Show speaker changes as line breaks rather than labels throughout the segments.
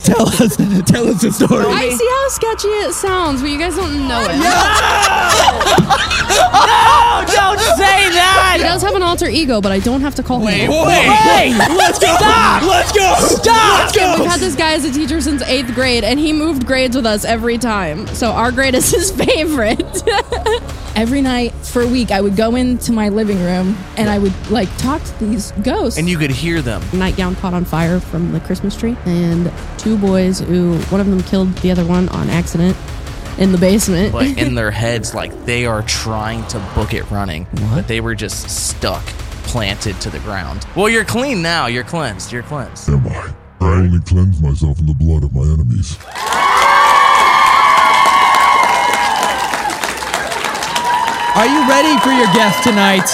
Tell us, tell us the story.
I see how sketchy it sounds, but you guys don't know it.
Don't say
He
that.
does have an alter ego, but I don't have to call him. that.
Wait.
Let's go. Let's go.
Stop.
Let's go.
We've had this guy as a teacher since eighth grade, and he moved grades with us every time. So our grade is his favorite. every night for a week, I would go into my living room and I would like talk to these ghosts.
And you could hear them.
nightgown caught on fire from the Christmas tree, and two boys who one of them killed the other one on accident in the basement.
But in their heads, like they are trying to book it running. But they were just stuck, planted to the ground. Well, you're clean now. You're cleansed. You're cleansed.
Am I? I only cleanse myself in the blood of my enemies.
Are you ready for your guest tonight?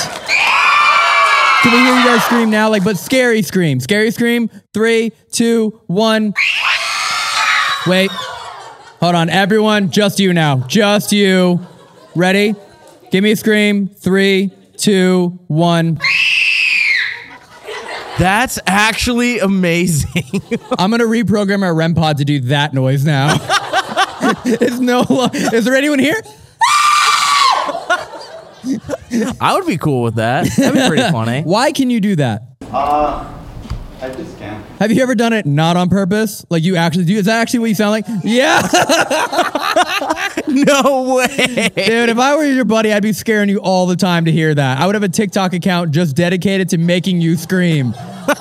Can we hear you guys scream now? Like, but scary scream. Scary scream. Three, two, one. Wait. Hold on. Everyone, just you now. Just you. Ready? Give me a scream. Three, two, one.
That's actually amazing.
I'm going to reprogram our REM pod to do that noise now. it's no lo- Is there anyone here?
I would be cool with that. That'd be pretty funny.
Why can you do that?
I just can't.
Have you ever done it not on purpose? Like you actually do? Is that actually what you sound like? Yeah.
No way.
Dude, if I were your buddy, I'd be scaring you all the time to hear that. I would have a TikTok account just dedicated to making you scream.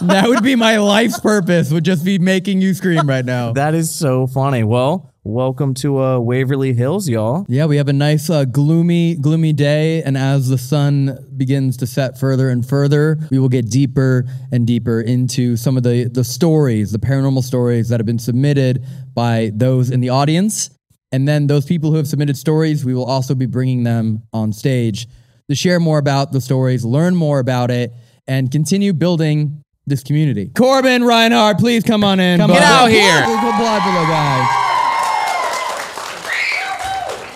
that would be my life's purpose, would just be making you scream right now.
That is so funny. Well, welcome to uh, Waverly Hills, y'all.
yeah, we have a nice uh, gloomy, gloomy day. And as the sun begins to set further and further, we will get deeper and deeper into some of the, the stories, the paranormal stories that have been submitted by those in the audience. And then those people who have submitted stories, we will also be bringing them on stage to share more about the stories, learn more about it, and continue building this community. Corbin Reinhardt, please come on in. Come
Get out here.
Big applause for the guys.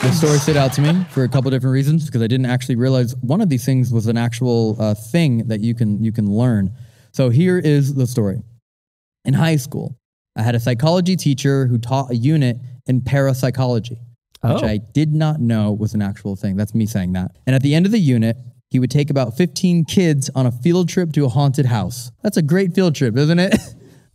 The story stood out to me for a couple different reasons because I didn't actually realize one of these things was an actual uh, thing that you can you can learn. So here is the story. In high school, I had a psychology teacher who taught a unit in parapsychology, which
Oh.
I did not know was an actual thing. That's me saying that. And at the end of the unit, he would take about 15 kids on a field trip to a haunted house. That's a great field trip, isn't it?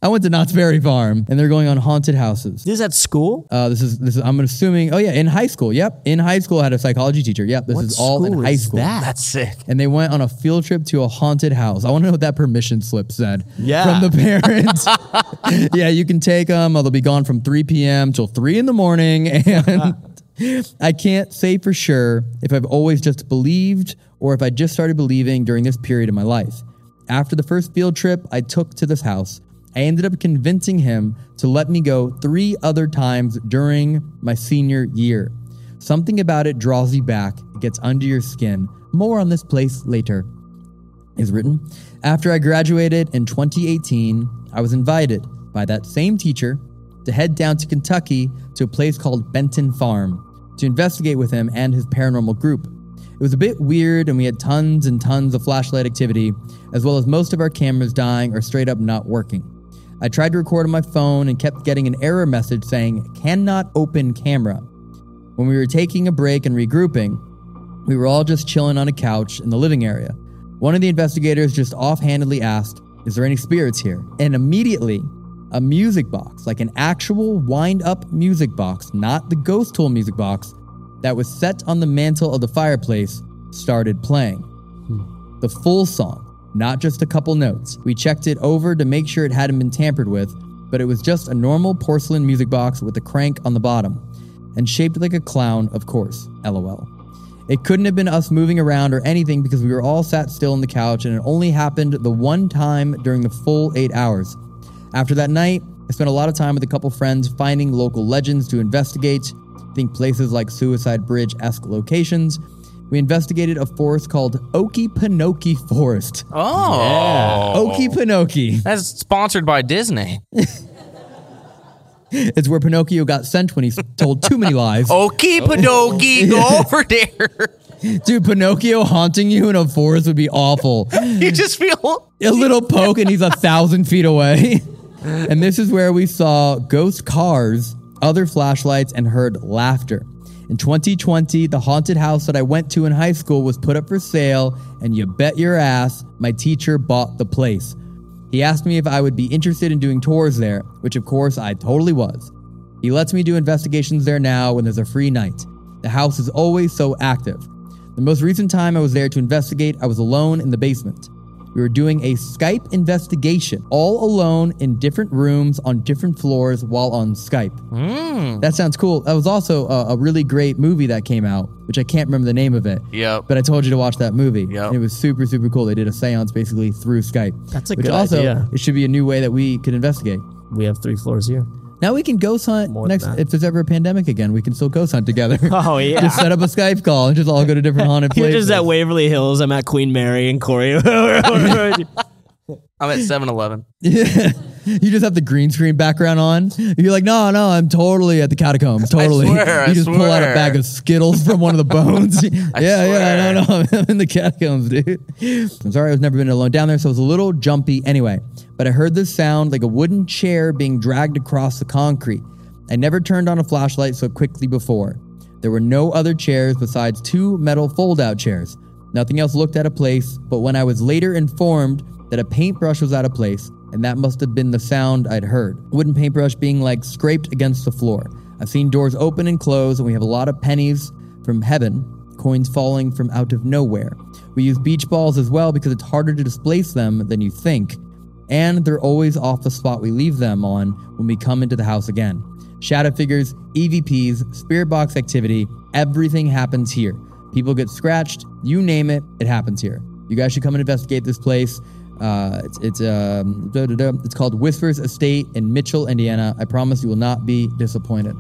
I went to Knott's Berry Farm, and they're going on haunted houses.
This is at school?
Uh, this is this is. I'm assuming. Oh yeah, in high school. Yep, in high school, I had a psychology teacher. Yep, this is all in high school.
That's sick.
And they went on a field trip to a haunted house. I want to know what that permission slip said.
Yeah.
from the parents. yeah, you can take them. They'll be gone from 3 p.m. till three in the morning. And I can't say for sure if I've always just believed or if I just started believing during this period of my life. After the first field trip I took to this house, I ended up convincing him to let me go three other times during my senior year. Something about it draws you back, it gets under your skin. More on this place later is written After I graduated in 2018, I was invited by that same teacher to head down to Kentucky to a place called Benton Farm to investigate with him and his paranormal group. It was a bit weird, and we had tons and tons of flashlight activity, as well as most of our cameras dying or straight up not working. I tried to record on my phone and kept getting an error message saying, cannot open camera. When we were taking a break and regrouping, we were all just chilling on a couch in the living area. One of the investigators just offhandedly asked, Is there any spirits here? And immediately, a music box, like an actual wind up music box, not the ghost tool music box, that was set on the mantle of the fireplace, started playing. The full song, not just a couple notes. We checked it over to make sure it hadn't been tampered with, but it was just a normal porcelain music box with a crank on the bottom. And shaped like a clown, of course. LOL. It couldn't have been us moving around or anything because we were all sat still on the couch and it only happened the one time during the full eight hours. After that night, I spent a lot of time with a couple friends finding local legends to investigate, think places like Suicide Bridge esque locations. We investigated a forest called Okipanoki Forest.
Oh.
Okipanoki.
That's sponsored by Disney.
It's where Pinocchio got sent when he s- told too many lies.
Okie Padoki, go over there.
Dude, Pinocchio haunting you in a forest would be awful.
You just feel
a little poke and he's a thousand feet away. And this is where we saw ghost cars, other flashlights, and heard laughter. In 2020, the haunted house that I went to in high school was put up for sale, and you bet your ass, my teacher bought the place. He asked me if I would be interested in doing tours there, which of course I totally was. He lets me do investigations there now when there's a free night. The house is always so active. The most recent time I was there to investigate, I was alone in the basement. We were doing a Skype investigation, all alone in different rooms on different floors while on Skype.
Hmm.
That sounds cool. That was also a, a really great movie that came out, which I can't remember the name of it.
Yep.
But I told you to watch that movie.
Yep.
And it was super, super cool. They did a seance basically through Skype.
That's a
which
good
also,
idea.
It should be a new way that we could investigate.
We have three floors here.
Now we can ghost hunt
More than
next
that.
if there's ever a pandemic again. We can still ghost hunt together.
Oh, yeah.
just set up a Skype call and just all go to different haunted
You're
places.
just at Waverly Hills. I'm at Queen Mary and Corey.
I'm at 7 Eleven.
you just have the green screen background on. You're like, no, no, I'm totally at the catacombs. Totally.
swear, I
you just pull out a
swear.
bag of Skittles from one of the bones. yeah, yeah,
swear.
no, no, I'm in the catacombs, dude. I'm sorry, I've never been alone down there, so it was a little jumpy anyway. But I heard this sound like a wooden chair being dragged across the concrete. I never turned on a flashlight so quickly before. There were no other chairs besides two metal fold out chairs. Nothing else looked out of place, but when I was later informed that a paintbrush was out of place, and that must have been the sound I'd heard. Wooden paintbrush being like scraped against the floor. I've seen doors open and close, and we have a lot of pennies from heaven, coins falling from out of nowhere. We use beach balls as well because it's harder to displace them than you think, and they're always off the spot we leave them on when we come into the house again. Shadow figures, EVPs, spirit box activity, everything happens here. People get scratched, you name it, it happens here. You guys should come and investigate this place. Uh, it's it's um, duh, duh, duh. it's called Whispers Estate in Mitchell, Indiana. I promise you will not be disappointed.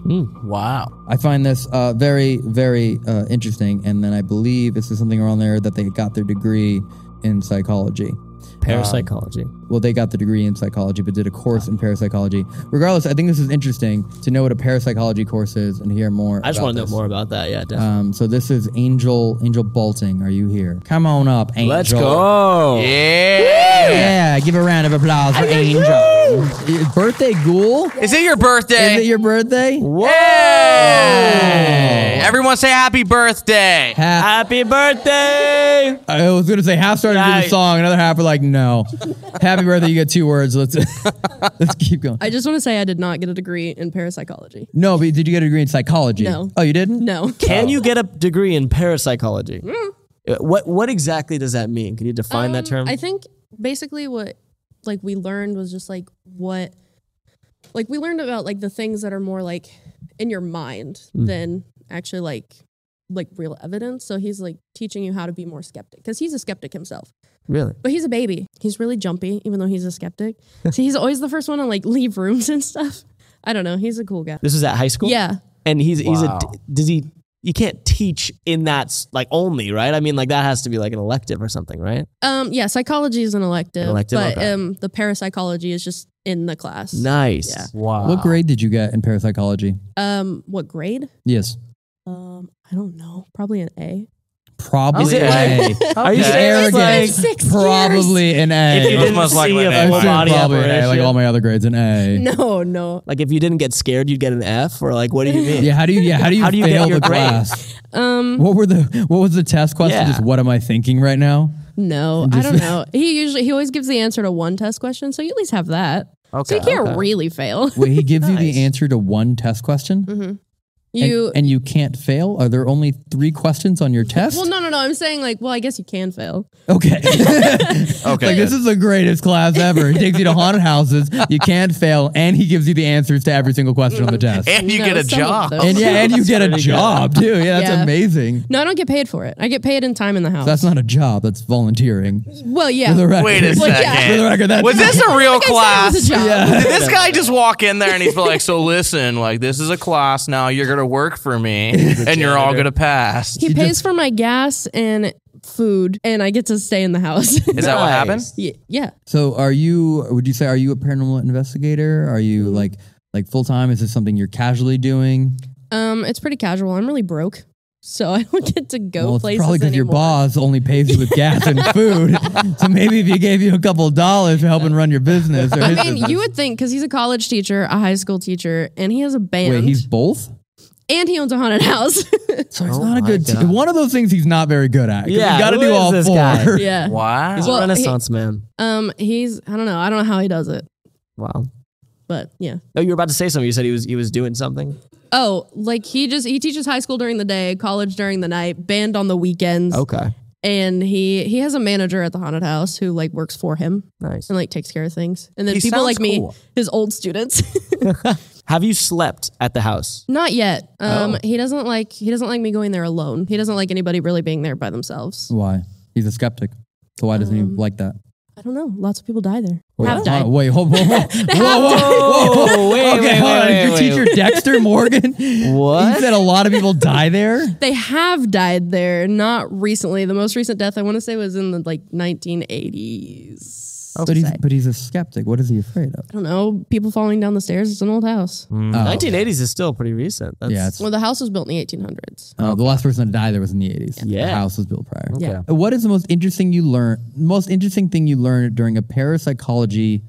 Wow.
I find this uh, very, very uh, interesting. And then I believe this is something around there that they got their degree in psychology.
Parapsychology.
Well, they got the degree in psychology, but did a course in parapsychology. Regardless, I think this is interesting to know what a parapsychology course is and hear more.
I just
about
want to know
this.
more about that. Yeah, definitely.
Um, so this is Angel Angel Bolting. Are you here? Come on up, Angel.
Let's go.
Yeah.
Yeah, give a round of applause for Angel. Y- Birthday ghoul?
Is it your birthday?
Is it your birthday?
Hey! Everyone say happy birthday.
Half,
Happy birthday!
I was gonna say half started to do the
Nice.
song, another half were like, no. Happy birthday, you get two words. Let's let's keep going.
I just want to say I did not get a degree in parapsychology.
No, but did you get a degree in psychology?
No.
Oh, you didn't?
No.
Can you get a degree in parapsychology? Uh, What What exactly does that mean? Can you define that
Mm. Um,
term?
I think basically what like we learned was just like what like we learned about like the things that are more like in your mind
Hmm.
than actually like like real evidence. So he's like teaching you how to be more skeptic because he's a skeptic himself.
really?
But he's a baby. He's really jumpy, even though he's a skeptic. See, he's always the first one to like leave rooms and stuff. I don't know. He's a cool guy.
This is at high school.
Yeah.
and he's he's a
Wow.
does he? You can't teach in that s- like only right. I mean, like that has to be like an elective or something, right?
Um. Yeah. Psychology is an elective,
An elective,
but
okay.
um, the parapsychology is just in the class.
Nice.
Yeah.
Wow.
What grade did you get in parapsychology?
Um. What grade?
Yes.
Um. I don't know. Probably an A.
Probably
Is it
an
like-
Oh,
Are you
A.
serious?
Arrogant.
Like,
Six
probably an A.
if you
was
didn't
most likely
see a
an
I
A.
full
assume
body
probably an A, like
operation-
all my other grades, an A.
No, no.
Like if you didn't get scared, you'd get an F, or like what do you mean?
Yeah, how do you yeah, how do you
How do you
fail
get your
the
grade?
class?
Um,
What were the what was the test question?
Yeah.
Just what am I thinking right now?
no. I don't know. He usually he always gives the answer to one test question, so you at least have that. So
Okay.
you can't really fail.
Wait, he gives you
Nice. Mm-hmm.
the answer to one test question? And,
You
and you can't fail? Are there only three questions on your test?
well, no, no, no. I'm saying like, well, I guess you can fail.
Okay.
Okay.
like this is the greatest class ever. He takes you to haunted houses, you can't fail, and he gives you the answers to every single question on the test.
and you
No,
get a
some of
job.
those.
And yeah, and you get a
Oh, good.
job too. Yeah, that's
Yeah.
amazing.
No, I don't get paid for it. I get paid in time in the house.
That's not a job. That's volunteering.
well, yeah.
For the record.
Wait a
Well,
second.
yeah.
For the record, that's
Was this a real
Like I said, it
class?
was a job.
Yeah.
Did this guy just walk in there and he's like, "So listen, like this is a class now. You're gonna work for me, and you're all gonna pass."
He pays for my gas and food, and I get to stay in the house.
Is that what
Nice.
happened?
Y- yeah.
So, are you? Would you say are you a paranormal investigator? Are
Mm-hmm.
you like like full time? Is this something you're casually doing?
Um, it's pretty casual. I'm really broke. so I don't get to go
Well, it's
places
probably because your
anymore.
boss only pays you with gas and food. so maybe if he gave you a couple of dollars for helping run your business, or his
I mean,
business.
you would think because he's a college teacher, a high school teacher, and he has a band,
wait, he's both.
and he owns a haunted house.
So he's not a
Oh my
good. Te-
God.
one of those things he's not very good at. 'cause
Yeah,
you got to
who
do
is
all
this
four.
guy?
yeah.
Wow.
He's
Well,
a renaissance man.
Um, he's I don't know. I don't know how he does it,
Wow.
but yeah.
No, you were about to say something. You said he was he was doing something.
Oh, like he just he teaches high school during the day, college during the night, band on the weekends,
Okay.
and he he has a manager at the haunted house who like works for him
Nice.
and like takes care of things. And then
He
people
sounds
like me,
cool.
his old students.
Have you slept at the house?
Not yet. Um,
Oh.
he doesn't like he doesn't like me going there alone. He doesn't like anybody really being there by
Mm.
themselves.
Why? He's a skeptic. So why doesn't
Um,
he like that?
I don't know. Lots of people die there.
Wait,
Have
hold
died.
on, wait, hold, whoa, whoa, whoa, whoa, whoa,
Oh, wait,
Okay, hold on. Your teacher Dexter Morgan. He
What?
said a lot of people die there.
They have died there. Not recently. The most recent death I want to say was in the like 1980s.
But he's but he's a skeptic. What is he afraid of? Oh,
I don't know. People falling down the stairs. It's an old house.
Hmm.
1980s is still pretty recent. That's,
Yeah, it's,
Well, the house was built in the 1800s.
uh, the last person to die there was in the eighties. the
Yeah.
house was built prior. Uh,
Yeah.
What is the most interesting you learn? Most interesting thing you learned during a parapsychology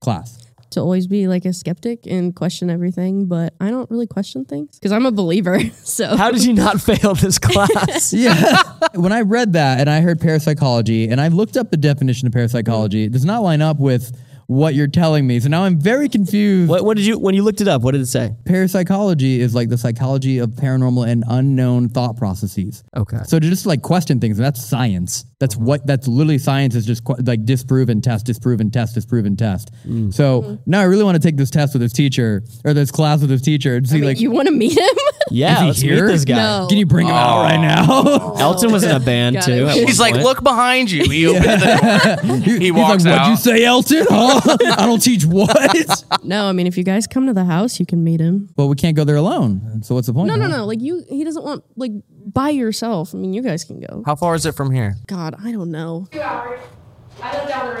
class?
To always be like a skeptic and question everything, but I don't really question things because I'm a believer. So
How did you not fail this class?
Yeah. when I read that and I heard parapsychology and I looked up the definition of parapsychology, it does not line up with what you're telling me. So now I'm very confused.
what, what did you when you looked it up? What did it say?
Parapsychology is like the psychology of paranormal and unknown thought processes.
Okay.
So to just like question things, that's science. That's
Uh-huh.
what that's literally science is just qu- like disprove and test, disprove and test, disprove and test.
Mm.
Mm-hmm.
So now I really want to take this test with this teacher or this class with this teacher and see like,
you want to meet him?
Yeah,
Is he
let's
here?
meet this guy.
No.
can you bring him
Oh.
out right now?
Elton was in a band
Got it.
too. at one
He's like,
point.
look behind you. He opens the door.
he, he's
walks
like, What'd
out.
you say, Elton? Huh? I don't teach what?
no, I mean, if you guys come to the house, you can meet him.
well, we can't go there alone. So what's the point?
No, no,
huh?
no. Like you, he doesn't want like by yourself. I mean, you guys can go.
How far is it from here?
God, I don't know.
Two hours. I live down the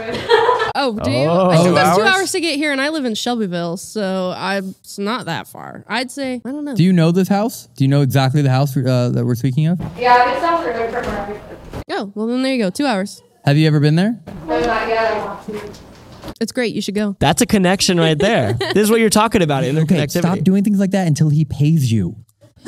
road.
Oh, do you? I took
Two
us two
hours?
hours to get here, and I live in Shelbyville, so I'm it's not that far. I'd say I don't know.
Do you know this house? Do you know exactly the house uh, that we're speaking of?
yeah, I live down the road from where I live.
oh, well then there you go. Two hours.
Have you ever been there?
No, not yet. I want to.
It's great. You should go.
That's a connection right there. this is what you're talking about. Interconnectivity.
Okay, stop doing things like that until he pays you.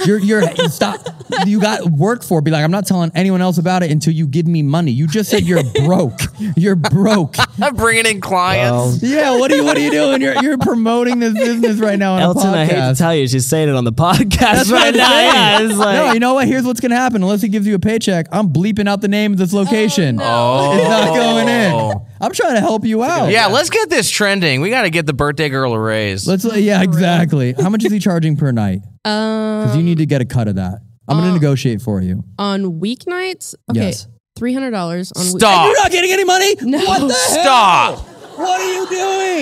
You're, you're stop. You got work for. it. Be like, I'm not telling anyone else about it until you give me money. You just said you're broke. You're broke.
I'm bringing in clients.
Yeah. What are you What are you doing? You're you're promoting this business right now on
Elton,
a podcast.
I hate to tell you, she's saying it on the podcast right now. Yeah, it's like,
no, you know what? Here's what's gonna happen. Unless he gives you a paycheck, I'm bleeping out the name of this location.
Oh,
It's not going in. I'm trying to help you out.
Yeah, let's get this trending. We got to get the birthday girl a raise.
Let's. Yeah. Exactly. How much is he charging per night? Because you need to get a cut of that. I'm gonna negotiate for you.
On weeknights, okay,
Yes.
three hundred dollars on week-
Stop.
You're not getting any money?
No.
What the
Stop.
hell? What are you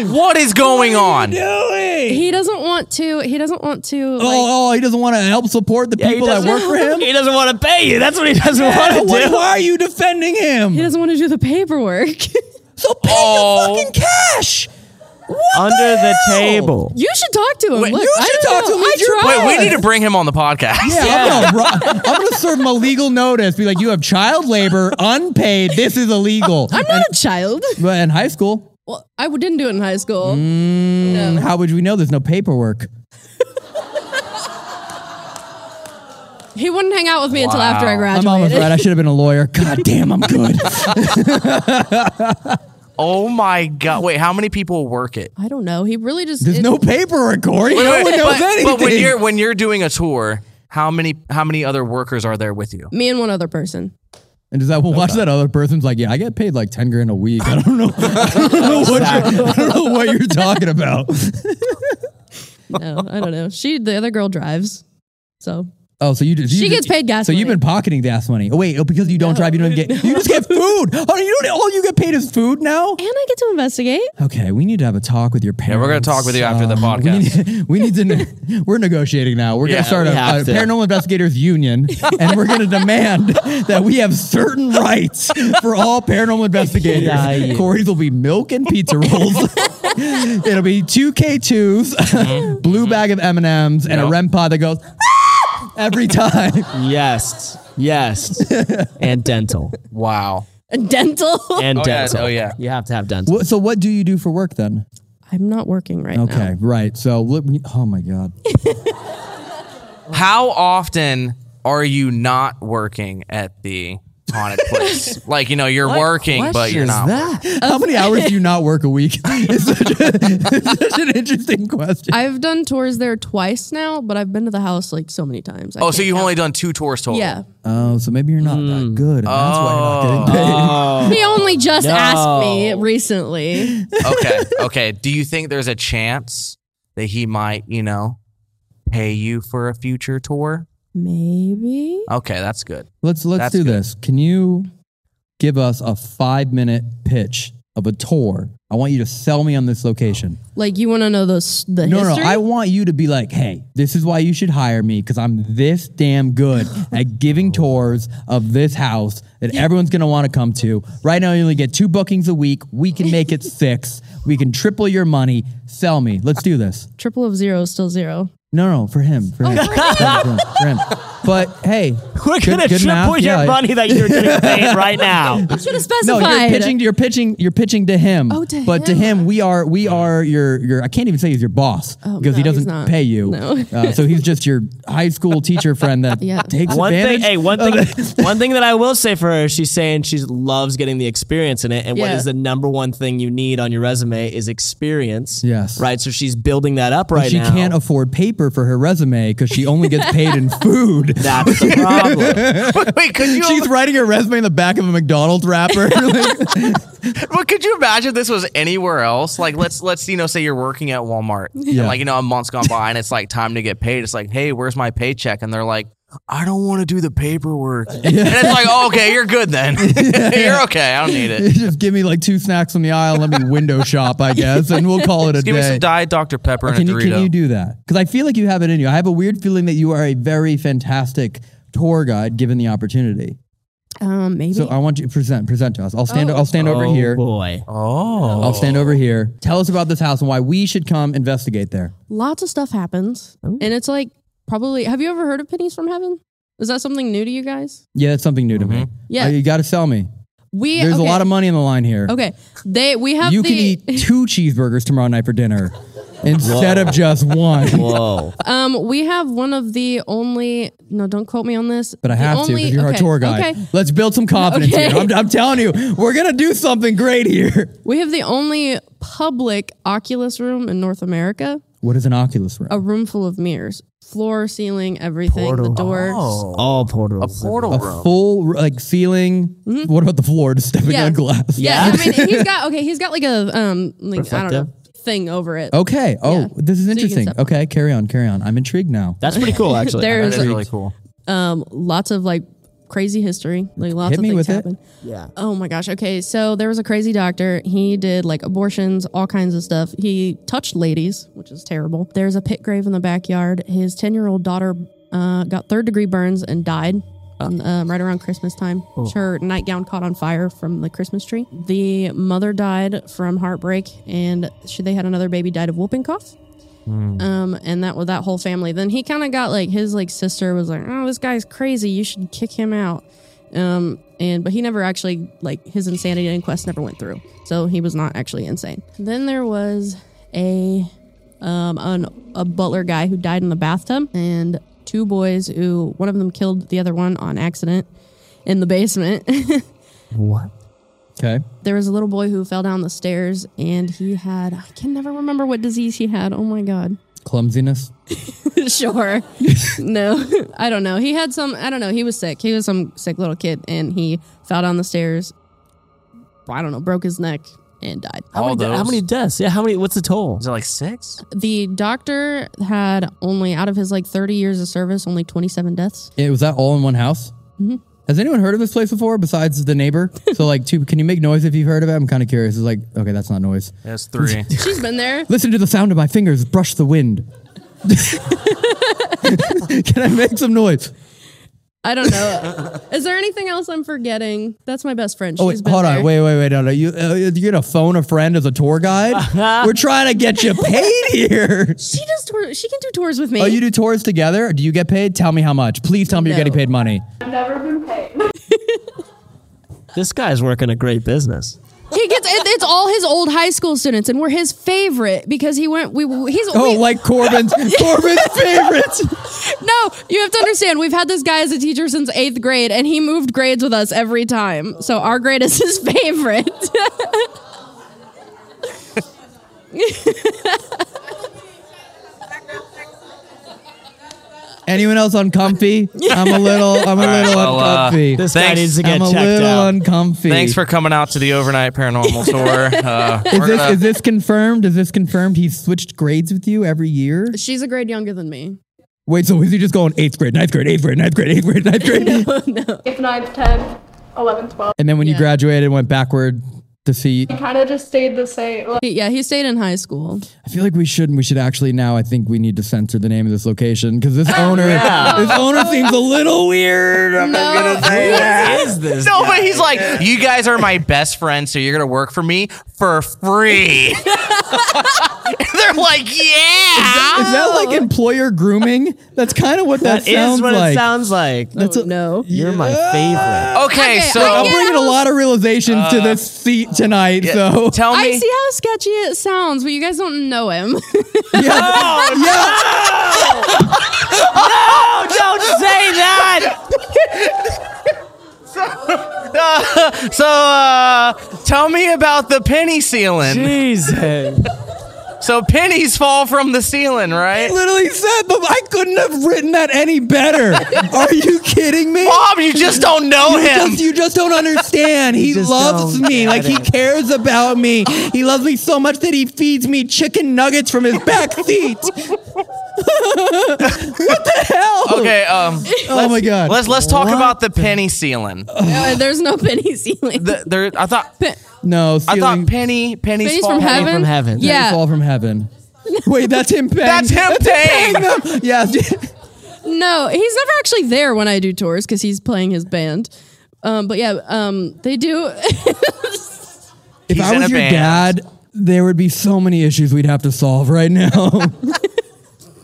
doing?
What is going on?
doing?
He doesn't want to. He doesn't want to. Like,
oh, oh, he doesn't want to help support the
he
people that
doesn't-
work for him?
He doesn't want to pay you. That's what he doesn't want to
Why,
do.
why are you defending
He
him?
doesn't want to do the paperwork.
So pay
Oh.
the fucking cash. What
Under the
hell?
table.
you should talk to him.
Wait,
Look,
you
I
should
don't
talk to
know.
him.
I
He's your
tried.
Wait, we need to bring him on the podcast.
Yeah, I'm gonna ru- I'm going to serve him a legal notice. Be like, you have child labor, unpaid. This is illegal.
I'm not a child.
But in high school,
Well, I didn't do it in high school.
Mm.
No.
how would we know there's no paperwork?
He wouldn't hang out with me until after I
I'm
graduated.
almost right. I should have been a lawyer. God damn, I'm good.
Oh my god! Wait, how many people work it?
I don't know. He really just
There's
it-
no paperwork, Corey.
Wait,
no
wait,
one
wait,
knows
but,
anything.
but when you're when you're doing a tour, how many how many other workers are there with you?
Me and one other person.
And does that well, watch that other person's like, yeah, I get paid like ten grand a week. I don't know, I don't know, what, you're, I don't know what you're talking about.
No, I don't know. She, the other girl, drives. So
Oh, so you just you
She
just-
gets paid gas
So you've
money.
been pocketing gas money. Oh wait, oh, because you don't drive, you don't get. You just get food. Oh, you don't. All you get paid is food now.
and I get to investigate.
Okay, we need to have a talk with your parents.
we're gonna talk with you after the podcast.
We need, we need to. We're negotiating now. We're
Yeah,
gonna start
we
a,
have
a
to.
paranormal investigators union, and we're gonna demand that we have certain rights for all paranormal investigators.
Yeah, yeah.
Corey's will be milk and pizza rolls. It'll be two K twos, blue bag of M and M's, and a
Mm-hmm. Yep.
REM pod that goes. every time.
Yes. Yes. and dental.
Wow.
dental.
And
Oh, yeah.
dental.
Oh, yeah.
You have to have dental.
Wha- so, what do you do for work then?
I'm not working right now.
Okay, right. So, let me- oh my God.
How often are you not working at the haunted place? like, you know, you're working, but you're not.
How many hours do you not work a week? It's such, a, it's such an interesting question.
I've done tours there twice now, but I've been to the house like so many times. I
Oh, so
can't
you've
count.
only done two tours total?
Yeah.
Oh, so maybe you're not
Hmm.
that good. And that's why you're
Oh.
not getting paid.
He only just
No.
asked me recently.
Okay. Okay. Do you think there's a chance that he might, you know, pay you for a future tour?
Maybe.
Okay, that's good.
Let's let's
That's
do
good.
this. Can you give us a five minute pitch of a tour? I want you to sell me on this location.
Like you want to know those the
No, no,
history?
no. I want you to be like, hey, this is why you should hire me because I'm this damn good at giving tours of this house that everyone's gonna want to come to. Right now, you only get two bookings a week. We can make it six. We can triple your money. Sell me. Let's do this.
Triple of zero is still zero.
No, no, for him, for him, for him, for him. But hey,
Oh, We're
good-
going to
good
triple
math,
your
yeah.
money that you're getting paid right now.
Should have
No,
specified.
you're pitching. You're pitching. You're pitching to him.
Oh, to
but to
him. Oh,
him, we are. We are your. Your. I can't even say he's your boss because he
no, he's
doesn't
not.
pay you.
No.
Uh, so he's just your high school teacher friend that
Yeah.
takes
One thing,
advantage.
hey, one
of
thing,
the-
one thing that I will say for her, she's saying she loves getting the experience in it. And what
Yeah.
is the number one thing you need on your resume is experience.
Yes.
Right. So she's building that up right
she
now.
can't afford paper for her resume because she only gets paid in food.
That's the problem.
Wait, could you
She's writing her resume in the back of a McDonald's wrapper. Like,
Well, could you imagine if this was anywhere else? Like, let's let's you know, say you're working at Walmart, and like you know, a month's gone by, and it's like time to get paid. It's like, hey, where's my paycheck? And they're like, I don't want to do the paperwork. And it's like, oh, okay, you're good then. you're okay. I don't need it.
just give me like two snacks on the aisle. Let me window shop, I guess, and we'll call it a
Just give
day.
me some diet Dr Pepper and
Oh, can
a
you,
Dorito.
can you do that? Because I feel like you have it in you. I have a weird feeling that you are a very fantastic tour guide given the opportunity.
Um, maybe.
So I want you to present present to us. I'll stand
Oh.
I'll stand over
Oh,
here.
boy.
oh,
I'll stand over here. Tell us about this house and why we should come investigate there.
Lots of stuff happens, and it's like probably. Have you ever heard of pennies from heaven? Is that something new to you guys?
Yeah, that's something new to
Mm-hmm.
me.
Yeah.
Uh, you got to sell me.
We
There's
okay.
a lot of money on the line here.
Okay, they we have
You
the
can eat two cheeseburgers tomorrow night for dinner instead of just one.
Whoa.
um we have one of the only no don't quote me on this
But I
the
have to
only-
because you're
okay,
our tour guide.
okay
Let's build some confidence
Okay.
here. I'm, I'm telling you, we're gonna do something great here.
we have the only public Oculus room in North America
What is an Oculus room?
a room full of mirrors floor ceiling everything the doors
All portals.
portal room.
full like ceiling. What about the floor? Just stepping
Mm-hmm. Yeah.
on glass.
yeah I mean he's got okay he's got like a um like, I don't know
Reflective?
thing over it
Okay. Oh,
Yeah.
this is
can
interesting.
step on
okay, carry on, carry on. I'm intrigued now.
That's pretty cool, actually.
That is
there's
really cool.
um lots of like crazy history like lots
Hit
of
me
things
with it.
happen
yeah.
Oh my gosh. Okay. So there was a crazy doctor. He did like abortions, all kinds of stuff. He touched ladies, which is terrible. There's a pit grave in the backyard. His 10 year old daughter uh, got third degree burns and died. Um, right around Christmas time,
Oh.
her nightgown caught on fire from the Christmas tree. The mother died from heartbreak, and she, they had another baby died of whooping cough um, and that with that whole family. Then he kind of got like his like sister was like, "Oh, this guy's crazy. You should kick him out." Um, and but he never actually like his insanity inquest never went through, so he was not actually insane. Then there was a um an, a butler guy who died in the bathtub, and two boys who one of them killed the other one on accident in the basement.
What?
Okay.
there was a little boy who fell down the stairs, and he had I can never remember what disease he had. Oh my god.
Clumsiness.
sure. no, I don't know. He had some, I don't know. He was sick. He was some sick little kid and he fell down the stairs. I don't know, broke his neck and died.
How
All
many, de- how
those?
many deaths? Yeah, how many? What's the toll?
Is it like six?
The doctor had only, out of his like 30 years of service, only 27 deaths.
It, was that all in one house?
Mm-hmm.
Has anyone heard of this place before besides the neighbor? so like, two, can you make noise if you've heard of it? I'm kind of curious. It's like, okay, that's not noise.
That's three.
She's been there.
Listen to the sound of my fingers brush the wind. can I make some noise?
I don't know. Is there anything else I'm forgetting? That's my best friend.
Oh,
She's
wait,
been
hold
there.
on. Wait, wait, wait. No, no. You, uh, you're going to phone a friend as a tour guide? We're trying to get you paid here.
She does tour. She can do tours with me.
Oh, you do tours together? Do you get paid? Tell me how much. Please tell me you're
No.
getting paid money.
I've never been paid.
This guy's working a great business.
He gets it, it's all his old high school students, and we're his favorite because he went. We he's
Oh,
we-
like Corbin's Corbin's favorite.
no. You have to understand. We've had this guy as a teacher since eighth grade, and he moved grades with us every time. So our grade is his favorite.
Anyone else uncomfy? I'm a little. I'm a
right,
little
well, uh,
uncomfy.
This guy
Thanks.
needs to get
I'm a
checked
little
out.
uncomfy.
Thanks for coming out to the overnight paranormal tour. Uh,
Is
we're
this,
gonna-
is this confirmed? Is this confirmed? He switched grades with you every year.
She's a grade younger than me.
Wait, so is he just going eighth grade, ninth grade, eighth grade, ninth grade, eighth grade, ninth grade?
Eighth, ninth, 10, 11, 12.
And then when you
Yeah.
graduated, went backward to see.
Kind of just stayed the same. Like,
He- yeah, he stayed in high school.
I feel like we shouldn't. We should actually now. I think we need to censor the name of this location because
Oh,
this owner, this owner seems a little weird. I'm not gonna say that.
is this?
no, but he's like, you guys are my best friends, so you're gonna work for me for free. They're like, yeah.
Is that like employer grooming? That's kind of what that,
That
sounds
is what
like.
it sounds like.
That's
oh,
a-
no.
You're my favorite.
Okay,
Okay,
so
I
I'm
get-
bringing a lot of realizations
Uh,
to this seat tonight. so
tell me.
I see how sketchy it sounds, but you guys don't know him.
yeah, yeah.
Don't say that!
So uh, tell me about the penny ceiling.
Jesus.
So pennies fall from the ceiling, right?
I literally said them. I couldn't have written that any better. Are you kidding me?
Bob, you just don't know
You
him.
just, you just don't understand. He
just
loves
don't
me.
get
Like, he
it.
cares about me. He loves me so much that he feeds me chicken nuggets from his back seat. what the hell?
Okay, um,
oh, my God.
let's let's talk
What
about the penny ceiling.
Uh, There's no penny ceiling.
The- there, I thought
no,
I
ceiling-
thought penny pennies,
Pennies
fall
from heaven.
from heaven.
Pennies
Yeah.
fall from heaven. Wait, that's him paying.
That's him paying.
them. Yeah.
No, he's never actually there when I do tours because he's playing his band. Um, but yeah, um, they do.
If
He's
I
in
was
a
your
band.
dad, there would be so many issues we'd have to solve right now.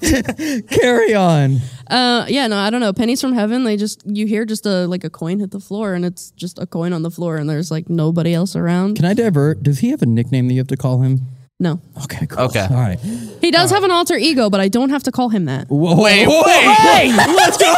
Carry on.
uh, yeah, no, I don't know. Pennies from heaven. They just you hear just a like a coin hit the floor, and it's just a coin on the floor, and there's like nobody else around.
Can I divert? Does he have a nickname that you have to call him?
no,
Okay, cool.
Okay.
All right.
he does
Uh,
have an alter ego, but I don't have to call him that.
Whoa,
Wait,
whoa,
wait.
whoa. Let's go.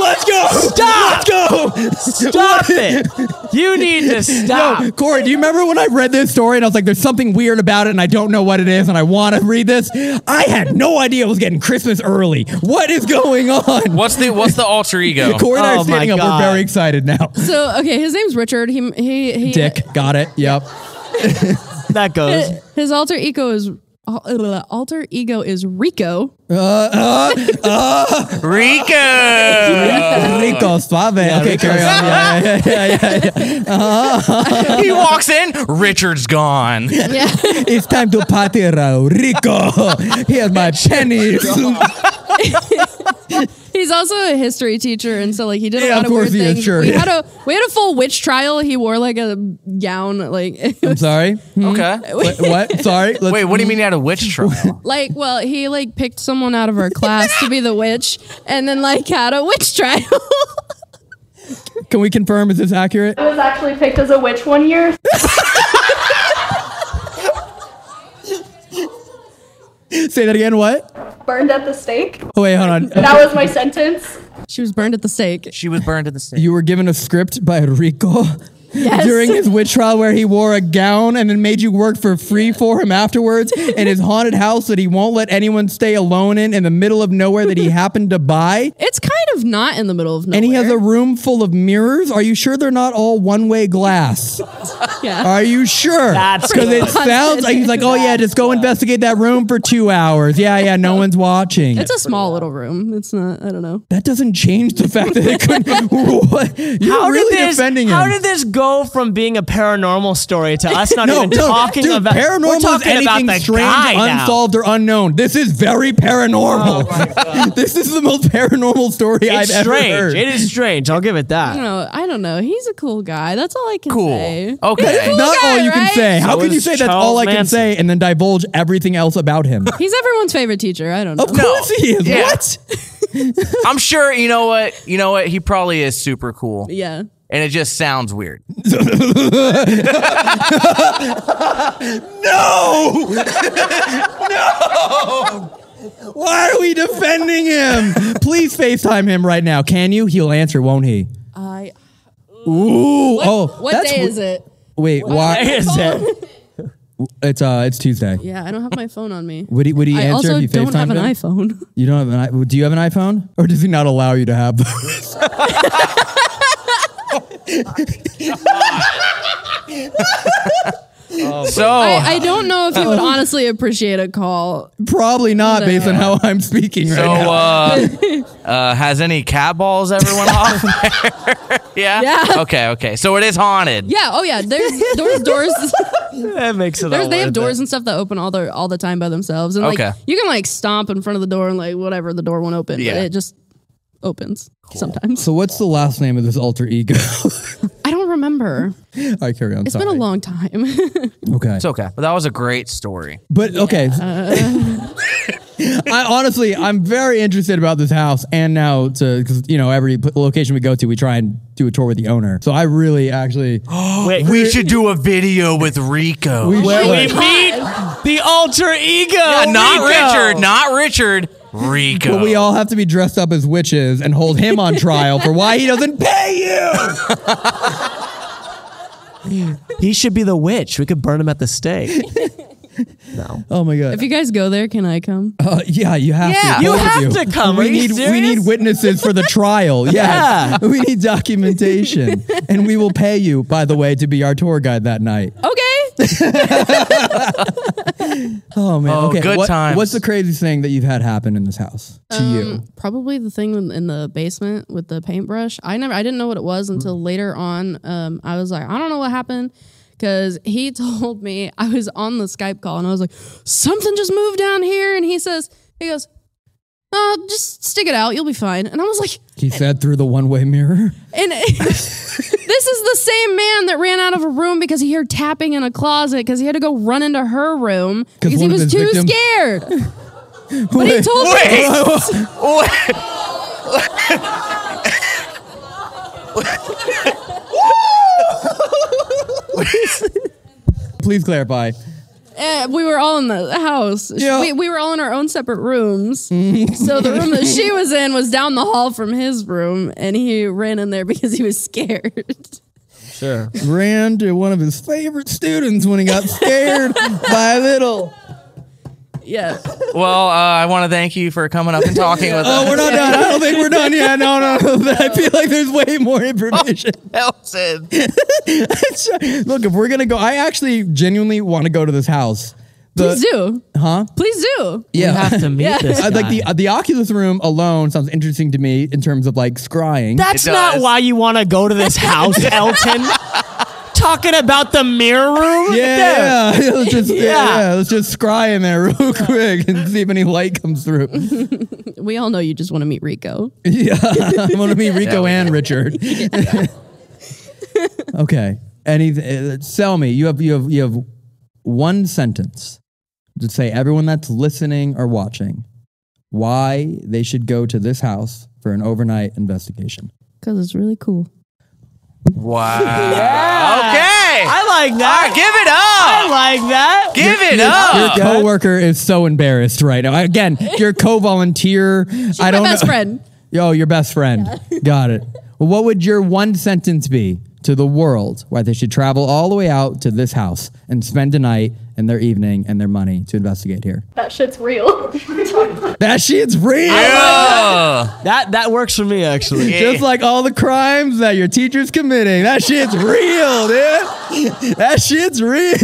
Let's go. Stop. Let's go.
Stop it. You need to stop.
Yo, Corey, do you remember when I read this story and I was like, there's something weird about it and I don't know what it is and I want to read this? I had no idea it was getting Christmas early. What is going on?
What's the what's the alter ego?
Corey and I
Oh
are standing
my
up.
God.
We're very excited now.
So okay, his name's Richard. He he he.
Dick, got it. Yep.
That goes.
His alter ego is uh, alter ego is Rico.
Rico.
Rico suave. okay,
Rico
carry on. Yeah, yeah, yeah, yeah, yeah.
he walks in. Richard's gone.
Yeah.
It's time to party, Rico. Here's my pennies.
He's also a history teacher, and so like he did a
Yeah, of
lot of weird
course he is,
things.
sure,
we
yeah.
had a we had a full witch trial. He wore like a gown, like
I'm sorry. Hmm?
Okay.
What? what? Sorry. Let's-
Wait, what do you mean you had a witch trial?
like well he like picked someone out of our class to be the witch, and then like had a witch trial.
Can we confirm? Is this accurate?
I was actually picked as a witch one year.
Say that again. What?
Burned at the stake.
Oh, wait, hold on.
That was my sentence.
she was burned at the stake.
she was burned at the stake.
You were given a script by Rico
Yes.
during his witch trial where he wore a gown and then made you work for free for him afterwards in his haunted house that he won't let anyone stay alone in in the middle of nowhere that he happened to buy.
it's kind of not in the middle of nowhere.
And he has a room full of mirrors. Are you sure they're not all one way glass?
yeah.
Are you sure?
That's
because it
good.
sounds like he's like, oh yeah, just go investigate that room for two hours. Yeah, yeah, no one's watching.
It's a small little room. It's not. I don't know.
that doesn't change the fact that it couldn't. what? You're
How
really
did this?
defending him.
How did this go from being a paranormal story to us not
no,
even
no,
talking
dude,
about
paranormal
we're talking
is anything
about the
strange,
guy now.
Oh
unsolved, or unknown. This is very paranormal. this is the most paranormal story I've
it's
ever
strange.
heard.
It is strange. I'll give it that.
I don't know. I don't know. He's a cool guy. That's all I can
Cool.
say.
Okay.
Not all you can
right?
say. How
So
can you
is
say that's
Charles
all I can
Manson.
say and then divulge everything else about him?
He's everyone's favorite teacher. I don't know.
Of course he is.
Yeah.
What?
I'm sure you know what you know what he probably is super cool,
Yeah.
and it just sounds weird.
No! Oh! no! Why are we defending him? Please FaceTime him right now. Can you? He'll answer, won't he?
I.
Ooh. oh,
What
that's
day
w-
is it?
Wait, why?
Is it?
It's uh, it's Tuesday.
Yeah, I don't have my phone on me.
Would he would he
I
answer
also
if you
don't
FaceTime
have an
him?
iPhone.
You don't have an iPhone. Do you have an iPhone, or does he not allow you to have those?
So
Oh.
I, I don't know if he would honestly appreciate a call.
Probably not,
No.
based on how I'm speaking right
so
now.
uh, uh, has any cat balls ever went off? yeah?
Yeah.
Okay. Okay. So it is haunted.
Yeah. Oh yeah. There's there's doors.
that makes it.
There's,
all
they have
worth
doors
it.
and stuff that open all the all the time by themselves, and like
Okay.
you can like stomp in front of the door and like whatever the door won't open,
Yeah.
but it just opens sometimes.
So what's the last name of this alter ego?
I don't remember.
I carry on.
It's been a long time.
Okay.
It's okay. But that was a great story.
But okay. I honestly, I'm very interested about this house, and now to 'cause, you know every p- location we go to, we try and do a tour with the owner. So I really actually
Wait,
We should do a video with Rico.
we should-
we meet the alter ego.
yeah, Uh, not
Oh, Rico.
Richard. Not Richard. Rico.
but we all have to be dressed up as witches and hold him on trial for why he doesn't pay you.
He should be the witch. We could burn him at the stake. no.
Oh my god!
if you guys go there, can I come?
Uh-huh.
Uh, yeah, you have
Yeah,
to.
you
both of
have to come.
We
Are you
need we
serious?
need witnesses for the trial. Yes. we need documentation, and we will pay you. By the way, to be our tour guide that night.
Okay.
Oh man!
Oh,
okay,
good
what-
times.
What's the craziest thing that you've had happen in this house to you?
Probably the thing in- in the basement with the paintbrush. I never, I didn't know what it was
Mm.
until later on. Um, I was like, I don't know what happened because he told me I was on the Skype call and I was like, something just moved down here. And he says, he goes, uh, just stick it out. You'll be fine. And I was like,
He said through the one-way mirror.
And this is the same man that ran out of a room because he heard tapping in a closet because he had to go run into her room because he
one of his
was too
victims-
scared. But he
Wait.
told me
Please clarify.
uh, we were all in the house.
Yeah. Mm-hmm.
We, we were all in our own separate rooms. so the room that she was in was down the hall from his room, and he ran in there because he was scared.
Sure.
Ran to one of his favorite students when he got scared by a little.
yeah.
well, uh, I want to thank you for coming up and talking with
Oh,
us.
we're not done. I don't think we're done yet. No, no, no. I feel like there's way more information.
Nelson.
Look, if we're gonna go, I actually genuinely want to go to this house. The,
Please do.
Huh?
Please do.
Yeah.
You have to meet this guy.
I, uh, like the the Oculus room alone sounds interesting to me in terms of like scrying.
That's
It
not
does.
why you want to go to this house, Elton. Talking about the mirror room.
yeah, yeah. Let's just, yeah.
Yeah.
yeah, let's just scry in there real quick and see if any light comes through.
We all know you just want to meet Rico.
Yeah, I'm gonna meet Rico
we
and Richard. okay, any uh, sell me. You have you have you have one sentence to say everyone that's listening or watching why they should go to this house for an overnight investigation.
Because it's really cool.
Wow. Okay.
I like
All right,
that.
give it up.
I like that.
Give it
Your-
up.
Your coworker is so embarrassed right now. Again, your co-volunteer. I
My
don't
best
know.
friend.
Yo, your best friend. Got it. Well, what would your one sentence be to the world why they should travel all the way out to this house and spend a night and their evening and their money to investigate here?
That shit's real.
That shit's real.
Yeah.
That that works for me actually.
Just like all the crimes that your teacher's committing. That shit's real, dude. That shit's real.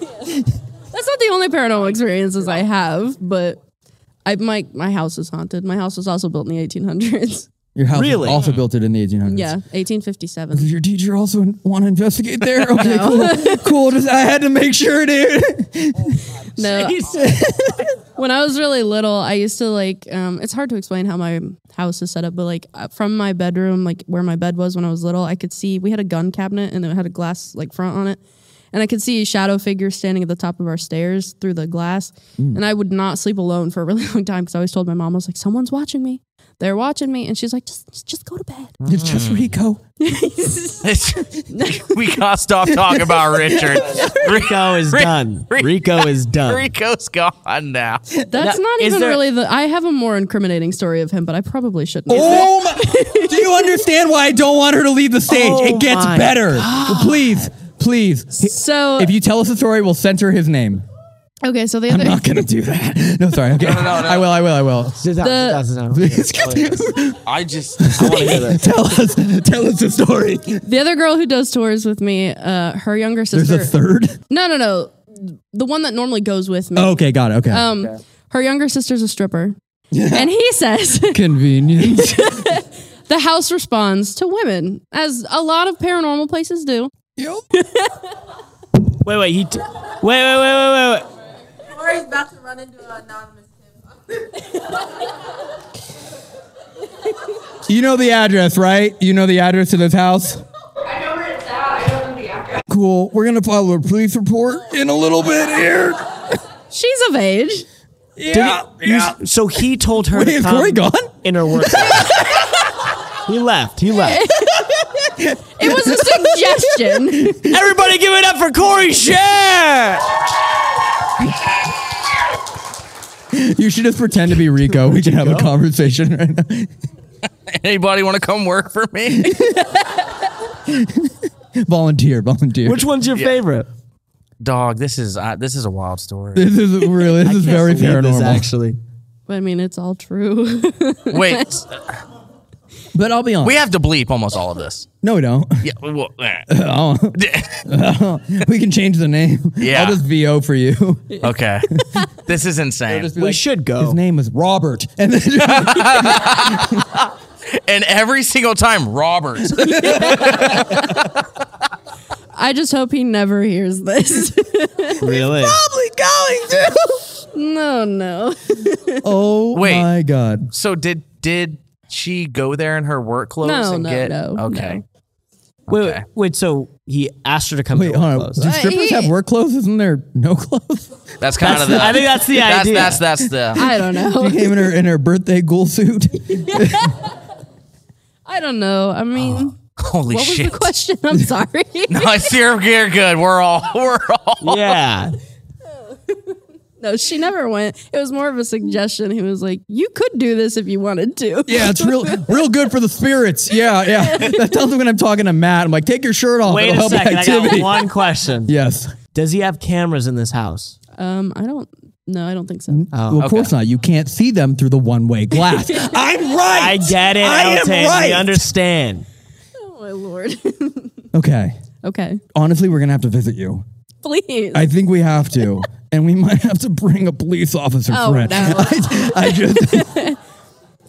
That's not the only paranormal experiences I have, but I my my house is haunted. My house was also built in the 1800s.
Your house was
Really?
also built it in the 1800s.
Yeah, 1857.
Does your teacher also want to investigate there? Okay, cool. cool. Just, I had to make sure, dude.
No, when I was really little, I used to like. Um, it's hard to explain how my house is set up, but like uh, from my bedroom, like where my bed was when I was little, I could see we had a gun cabinet and it had a glass like front on it, and I could see a shadow figure standing at the top of our stairs through the glass. And I would not sleep alone for a really long time because I always told my mom I was like, "Someone's watching me. They're watching me," and she's like, "Just, just, just go to bed."
It's just Rico.
we can't stop talking about Richard.
Rico is done.
Rico-
Rico is done.
Rico's gone now.
That's
Now,
not
is
even
there-
really the. I have a more incriminating story of him, but I probably shouldn't.
Oh my, do you understand why I don't want her to leave the stage?
Oh
it gets
my
better. Please, please.
So
If you tell us a story, we'll censor his name.
okay, so the
I'm
other
not gonna do that. No, sorry. Okay, I will. I will. I will.
Sit down,
The-
sit down, sit down.
Please continue.
I just
I want to hear this.
tell us. Tell us a story.
the other girl who does tours with me, uh, her younger
There's
sister.
a third.
no, no, no. The one that normally goes with me.
Okay, got it. Okay.
Um, her younger sister's a stripper, and he says
Convenience.
the house responds to women, as a lot of paranormal places do.
Wait, wait, he. T- wait, wait, wait, wait, wait, wait.
Corey's about to run into an anonymous Tim.
you know the address, right? You know the address to this house.
I know where it's at. I don't know the address.
Cool. We're gonna file a police report in a little bit here.
She's of age.
Yeah.
You- so he told her.
Wait,
to
is
come
Corey gone?
In her work. he left. He left.
It was a suggestion.
Everybody, give it up for Corey Share.
You should just pretend to be Rico. We can have a conversation right now.
anybody want to come work for me?
Volunteer, volunteer.
Which one's your favorite?
Dog, this is uh, this is a wild story.
this is really this is very
Believe this,
paranormal.
actually.
but I mean, it's all true.
Wait,
But I'll be honest.
we have to bleep almost all of this.
no, we don't.
Yeah, well, eh.
we can change the name.
Yeah.
I'll just VO for you.
okay. This is insane.
Just be
We
like,
should go.
His name is Robert, and then
And every single time, Robert.
I just hope he never hears this.
Really?
probably going to.
no, no.
Oh
Wait.
my god!
So did did she go there in her work clothes
No,
and
no,
get
no,
okay?
Wait, wait,
Okay.
wait. So he asked her to come.
Wait,
to
hold on.
close.
Do strippers have work clothes? Isn't there no clothes?
That's kind of the.
I think that's the
that's,
idea.
That's that's the.
I don't know.
Came in her in her birthday ghoul suit.
I don't know. I
Oh.
mean,
Holy
what was
shit!
the question? I'm sorry.
I see her gear good. We're all we're all.
yeah.
no, she never went. It was more of a suggestion. He was like, "You could do this if you wanted to."
yeah, it's real real good for the spirits. Yeah, yeah. That tells me when I'm talking to Matt. I'm like, take your shirt off.
Wait
It'll
a
help
second. I
activity.
got one question.
yes.
Does he have cameras in this house?
Um, I don't. No, I don't think so.
Oh,
Well, of course not. You can't see them through the one way glass. I'm right.
I get it.
I am
Elton.
right.
We understand.
oh my lord.
okay.
okay,
Honestly, we're gonna have to visit you.
please.
I think we have to. And we might have to bring a police officer
Oh,
for it.
no.
I, I just
I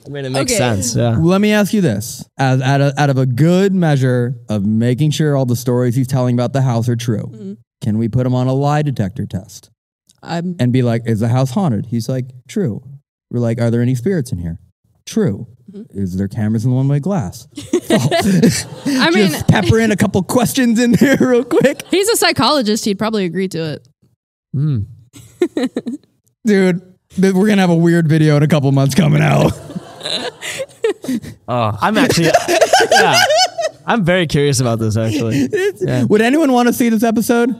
mean, it makes
Okay.
sense. Yeah.
let me ask you this: as out of, out of a good measure of making sure all the stories he's telling about the house are true,
Mm-hmm.
can we put him on a lie detector test
I'm.
and be like, "Is the house haunted?" He's like, "True." We're like, "Are there any spirits in here?" True.
Mm-hmm.
Is there cameras in the one way glass?
I mean,
Just pepper in a couple questions in there real quick.
he's a psychologist. He'd probably agree to it.
Dude, th- we're going to have a weird video in a couple months coming out.
I'm actually. yeah. I'm very curious about this actually.
Would anyone want to see this episode?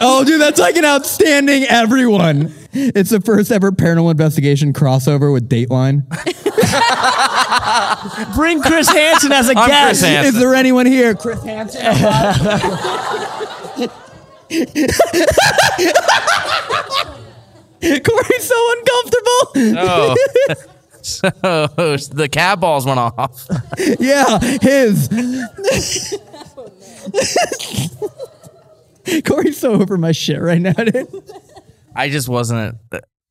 Oh, dude, that's like an outstanding everyone. It's the first ever paranormal investigation crossover with Dateline.
Bring Chris Hansen as a
I'm Chris
guest.
Hansen.
Is there anyone here? Chris Hansen. Corey's so uncomfortable.
Oh. So the cat balls went off.
Yeah, his.
Oh,
Corey's so over my shit right now, dude.
I just wasn't.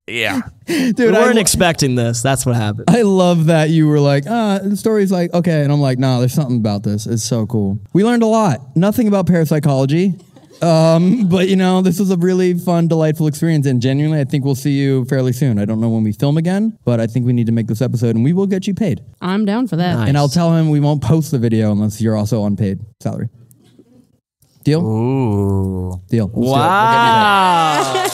Yeah.
Dude,
We
I,
weren't expecting this. That's what happened.
I love that you were like, ah, the story's like, okay. And I'm like, nah, there's something about this. It's so cool. We learned a lot. Nothing about parapsychology. Um, but you know, this was a really fun, delightful experience, and genuinely, I think we'll see you fairly soon. I don't know when we film again, but I think we need to make this episode, and we will get you paid.
I'm down for that.
And I'll tell him we won't post the video unless you're also on paid salary. Deal?
Ooh.
Deal. Let's do it.
Wow.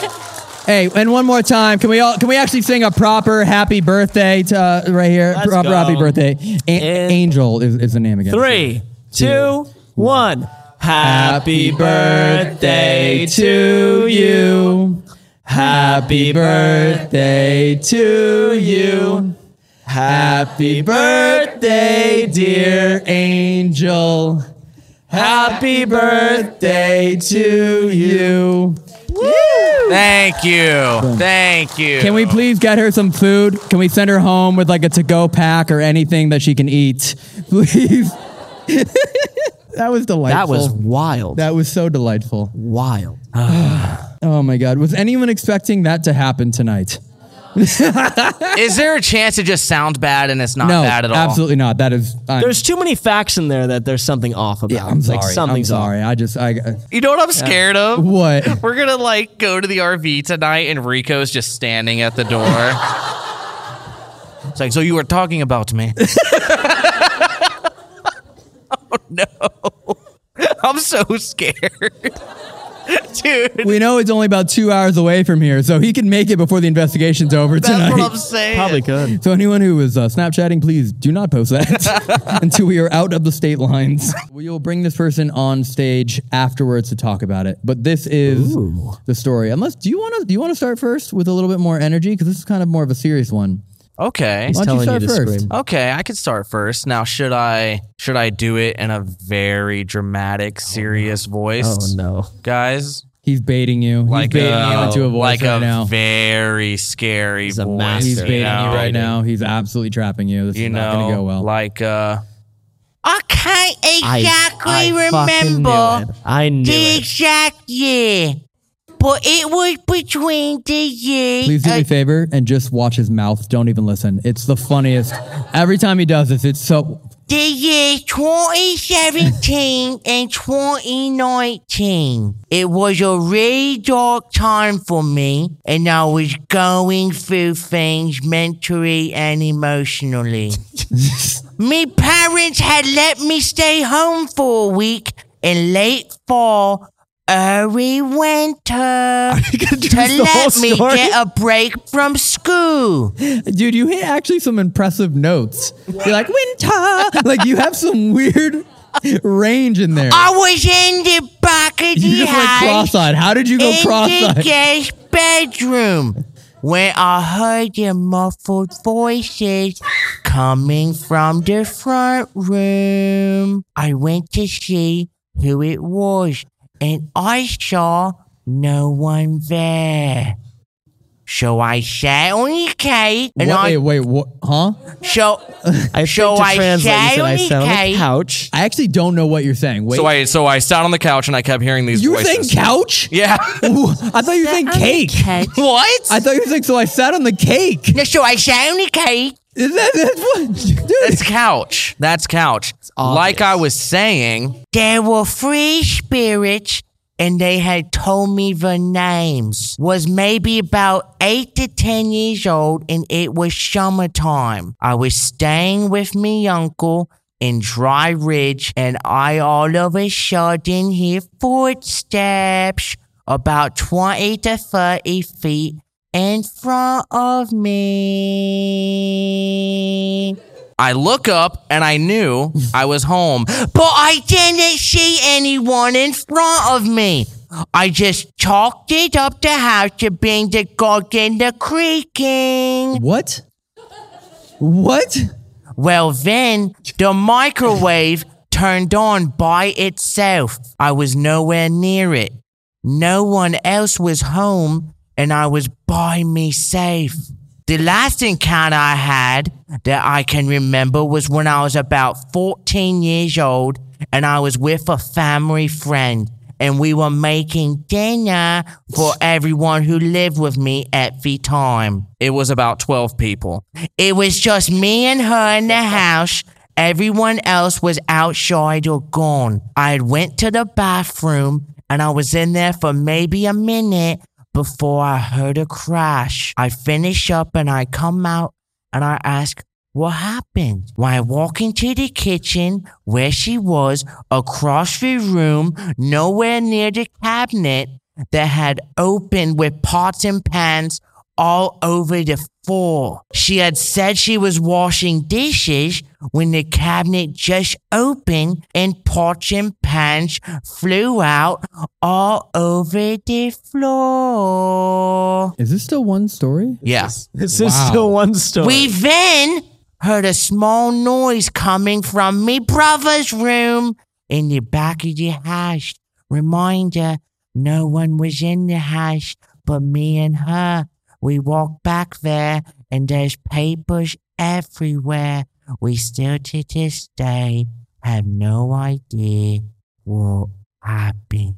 Hey, and one more time, can we all can we actually sing a proper happy birthday to uh, right here?
Let's
proper
go.
happy birthday. A-
In-
Angel is, is the name again.
Three, two, one. Happy birthday to you. Happy birthday to you. Happy birthday, dear
Angel.
Happy birthday
to you.
Thank you. Thank you.
Can we please get her some food? Can we send her home with like a to-go pack or anything that she can eat? Please. that was delightful.
That was wild.
that was so delightful.
wild.
Oh my god. Was anyone expecting that to happen tonight?
Is there a chance it just sounds bad and it's not
no,
bad at all?
absolutely not. That is I'm,
There's too many facts in there that there's something off about.
I'm sorry.
Like something's
I'm
off.
sorry. I just I uh,
You know what I'm scared of?
what?
We're gonna like go to the RV tonight, and Rico's just standing at the door. it's like, so you were talking about me? oh no! I'm so scared, dude.
We know it's only about 2 hours away from here, so he can make it before the investigation's over
That's
tonight.
what I'm saying.
Probably could.
So anyone who is uh, Snapchatting, please do not post that until we are out of the state lines. We will bring this person on stage afterwards to talk about it. But this is the story. Unless do you want to do you want to start first with a little bit more energy because this is kind of more of a serious one.
Okay.
Why don't you
telling you
start
to
first?
scream.
Okay, I could start first. Now, should I should I do it in a very dramatic, serious voice,
Oh no.
guys?
He's baiting you.
Like
He's baiting you
a,
into a voice
like
right
a
now.
very scary
a
voice.
master.
He's baiting you
know?
right now. He's absolutely trapping you. This
you
is
know,
not going to go well.
like uh, I can't
I fucking knew it. I knew it.
exact year, but it was between the years.
Please do me a favor and just watch his mouth. Don't even listen. It's the funniest. Every time he does this, it's so.
the year 2017 and 2019. It was a really dark time for me, and I was going through things mentally and emotionally. me parents had let me stay home for a week in late fall. Early winter to
this the whole
let me
story?
get a break from school.
Dude, you hit actually some impressive notes. You're like, winter. like, you have some weird range in there.
I was in the back of
You
the
just went
house.
cross eyed. How did you go
in
cross
the
eyed?
guest bedroom when I heard the muffled voices coming from the front room. I went to see who it was, and I saw no one there. So I sat on the cage, and
Wait,
I
wait, what? Huh?
so
I
So
think to
I
translate, you said
shall
I sat on
indicate-
the couch.
I actually don't know what you're saying. Wait.
so I sat on the couch, and I kept hearing these
you were saying couch?
yeah.
Ooh, I thought you were saying cake.
what?
I thought you were saying, so I sat on the cake.
No, so I sat on the cage.
Is that, that's what? Dude.
That's couch. That's couch.
obvious.
Like I was saying, there were three spirits and they had told me the names. Was maybe about eight to 10 years old and it was summertime. I was staying with me uncle in Dry Ridge and I all of a sudden hear footsteps about 20 to 30 feet in front of me. I look up and I knew I was home, but I didn't see anyone in front of me. I just chalked it up to house to being the gog and the creaking.
What? What?
Well, then the microwave turned on by itself. I was nowhere near it. No one else was home, and I was by me safe. The last encounter I had that I can remember was when I was about 14 years old, and I was with a family friend, and we were making dinner for everyone who lived with me at the time. It was about 12 people. It was just me and her in the house. Everyone else was outside or gone. I went to the bathroom and I was in there for maybe a minute before I heard a crash. I finish up and I come out and I ask, what happened? When I walk into the kitchen where she was, across the room, nowhere near the cabinet that had opened with pots and pans all over the floor. She had said she was washing dishes when the cabinet just opened and pots and pans flew out all over the floor.
Is this still one story?
Yes.
This is still one story.
We then heard a small noise coming from me brother's room in the back of the house. Reminder, no one was in the house but me and her. We walked back there and there's papers everywhere. We still to this day have no idea what happened.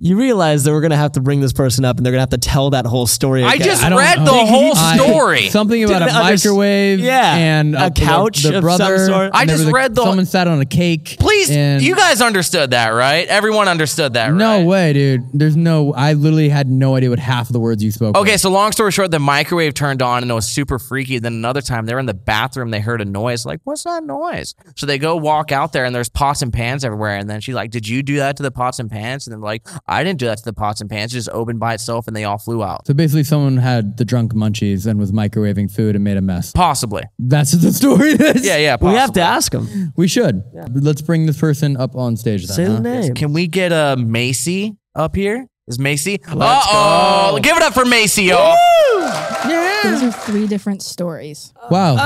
you realize that we're gonna have to bring this person up, and they're gonna have to tell that whole story.
I
again.
just
I don't
read
know.
the whole
I-
story.
something about a
Didn't under-
microwave
Yeah.
and
A
the-
couch
The,
of some
brother.
sort.
and
I
there
just
was a-
read the-
Someone sat on a cake.
Please,
and-
you guys understood that, right? Everyone understood that,
No
right?
way, dude. There's no. I literally had no idea what half of the words you spoke.
Okay,
were.
so long story short, the microwave turned on and it was super freaky. Then another time they were in the bathroom, they heard a noise. Like, what's that noise? So they go walk out there and there's pots and pans everywhere. And then she's like, Did you do that to the pots and pans? And they're like, I didn't do that to the pots and pans. It just opened by itself and they all flew out.
So basically, someone had the drunk munchies and was microwaving food and made a mess.
Possibly.
That's the story. Is.
Yeah, yeah. Possibly.
we have to ask him.
We should. Let's bring this person up on stage. Then,
Say
huh?
the name.
Can we get a Macy up here? Is Macy? Uh oh. Give it up for Macy, y'all.
Those are three different stories.
Wow.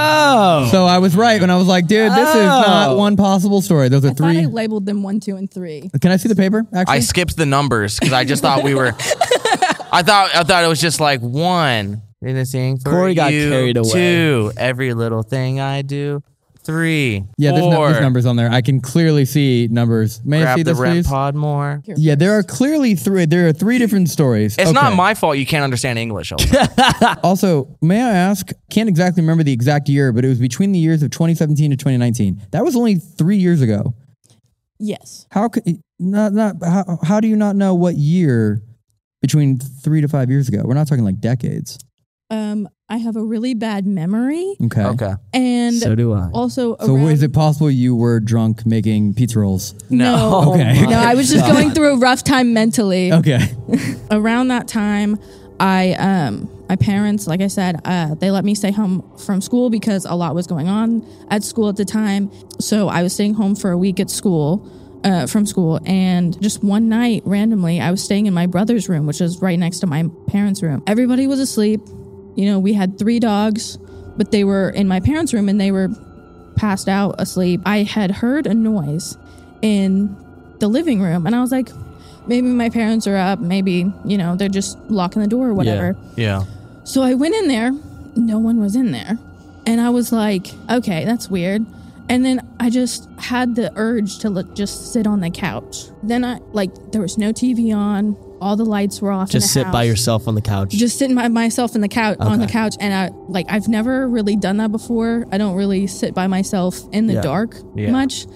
Oh,
So I was right when I was like, dude, this is not
Oh.
one possible story. Those are
I thought
three.
I labeled them one, two, and three.
Can I see the paper? Actually,
I skipped the numbers because I just thought we were. I thought I thought it was just like one anything. For
Corey got
you,
carried away.
Two, every little thing I do. Three,
yeah, there's, no,
four,
there's numbers on there. I can clearly see numbers. May I
grab
see
the
this,
rent
please?
pod more.
Yeah, there are clearly three. There are three different stories.
It's not
Okay.
my fault you can't understand English. Elsa.
Also, may I ask? Can't exactly remember the exact year, but it was between the years of 2017 to 2019. That was only three years ago.
Yes.
How could not not how, how do you not know what year between three to five years ago? We're not talking like decades.
Um, I have a really bad memory,
Okay.
okay.
and
so do I.
also
So
around,
is it possible you were drunk making pizza rolls?
No.
Okay.
No, I was just going through a rough time mentally.
Okay.
Around that time, I um my parents, like I said, uh, they let me stay home from school because a lot was going on at school at the time. So I was staying home for a week at school. Uh, from school, and just one night randomly, I was staying in my brother's room, which is right next to my parents' room. Everybody was asleep. You know, we had three dogs, but they were in my parents' room and they were passed out asleep, I had heard a noise in the living room. And I was like, maybe my parents are up. Maybe, you know, they're just locking the door or whatever.
Yeah.
So I went in there. No one was in there. And I was like, okay, that's weird. And then I just had the urge to look, just sit on the couch. Then I, like, there was no TV on. All the lights were off. in
Just
the
sit by
house
yourself on the couch.
just sitting by myself in the couch on the couch and i like i've never really done that before i don't really sit by myself in the dark much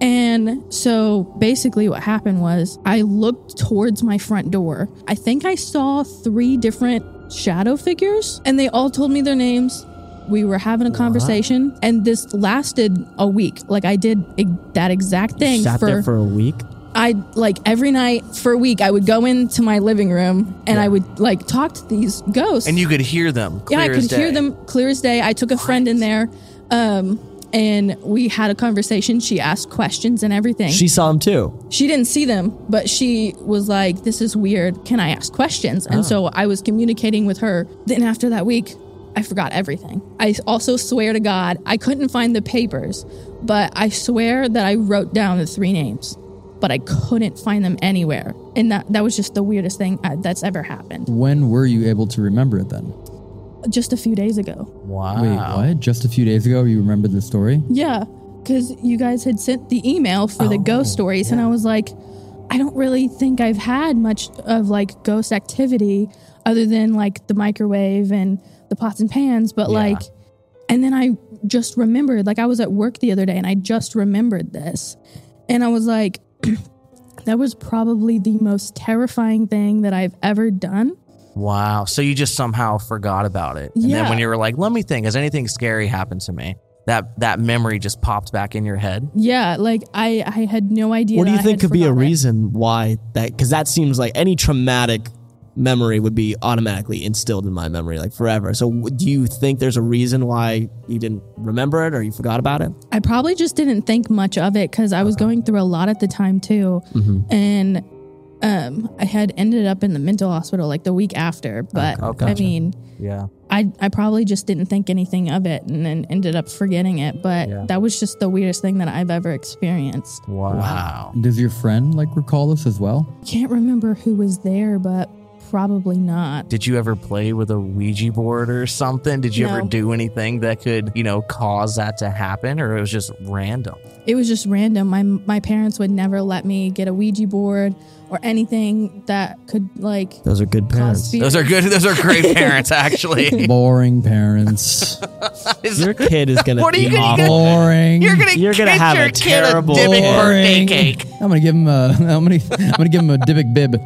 and so basically what happened was i looked towards my front door i think i saw three different shadow figures and they all told me their names we were having a conversation and this lasted a week like i did e- that exact thing
Sat there for a week.
I like every night for a week, I would go into my living room and I would like talk to these ghosts.
And you could hear them.
yeah, I
clear as
could hear
day.
them clear as day. I took a friend in there, um, and we had a conversation. She asked questions and everything.
She saw him too.
she didn't see them, but she was like, "This is weird. Can I ask questions?" And so I was communicating with her. Then after that week, I forgot everything. I also swear to God, I couldn't find the papers, but I swear that I wrote down the three names but I couldn't find them anywhere. And that, that was just the weirdest thing uh, that's ever happened.
When were you able to remember it then?
Just a few days ago.
Wow.
Wait, what? Just a few days ago, you remembered the story?
Yeah, because you guys had sent the email for
Oh.
the ghost stories, and I was like, I don't really think I've had much of like ghost activity other than like the microwave and the pots and pans, but like, and then I just remembered, like, I was at work the other day and I just remembered this. And I was like, That was probably the most terrifying thing that I've ever done.
Wow. So you just somehow forgot about it. And then
Yeah.
when you were like, let me think, has anything scary happened to me? That that memory just popped back in your head.
Yeah, like I, I had no idea.
What do
that
you
I
think
had
could be a reason why that? Because that seems like any traumatic memory would be automatically instilled in my memory, like forever. So, w- do you think there's a reason why you didn't remember it or you forgot about it?
I probably just didn't think much of it because I was going through a lot at the time too,
Mm-hmm.
Mhm.
and um, I had ended up in the mental hospital like the week after. But
Okay,
I
gotcha.
mean,
Yeah.
I I probably just didn't think anything of it and then ended up forgetting it. But
Yeah.
that was just the weirdest thing that I've ever experienced.
Wow.
Does your friend like recall this as well?
Can't remember who was there, but probably not.
Did you ever play with a Ouija board or something? Did you ever
No.
do anything that could, you know, cause that to happen or it was just random?
It was just random. My my parents would never let me get a Ouija board or anything that could like
Those are good parents.
Cosby.
Those are good those are great parents actually.
Boring parents.
Your kid is gonna
What are
be
you gonna-
awful.
Boring.
You're gonna
You're gonna
kid
have
your
a
kid a
terrible
Dybbuk birthday
Boring.
cake.
I'm gonna give him a. I'm gonna. I'm gonna give him a Dybbuk bib.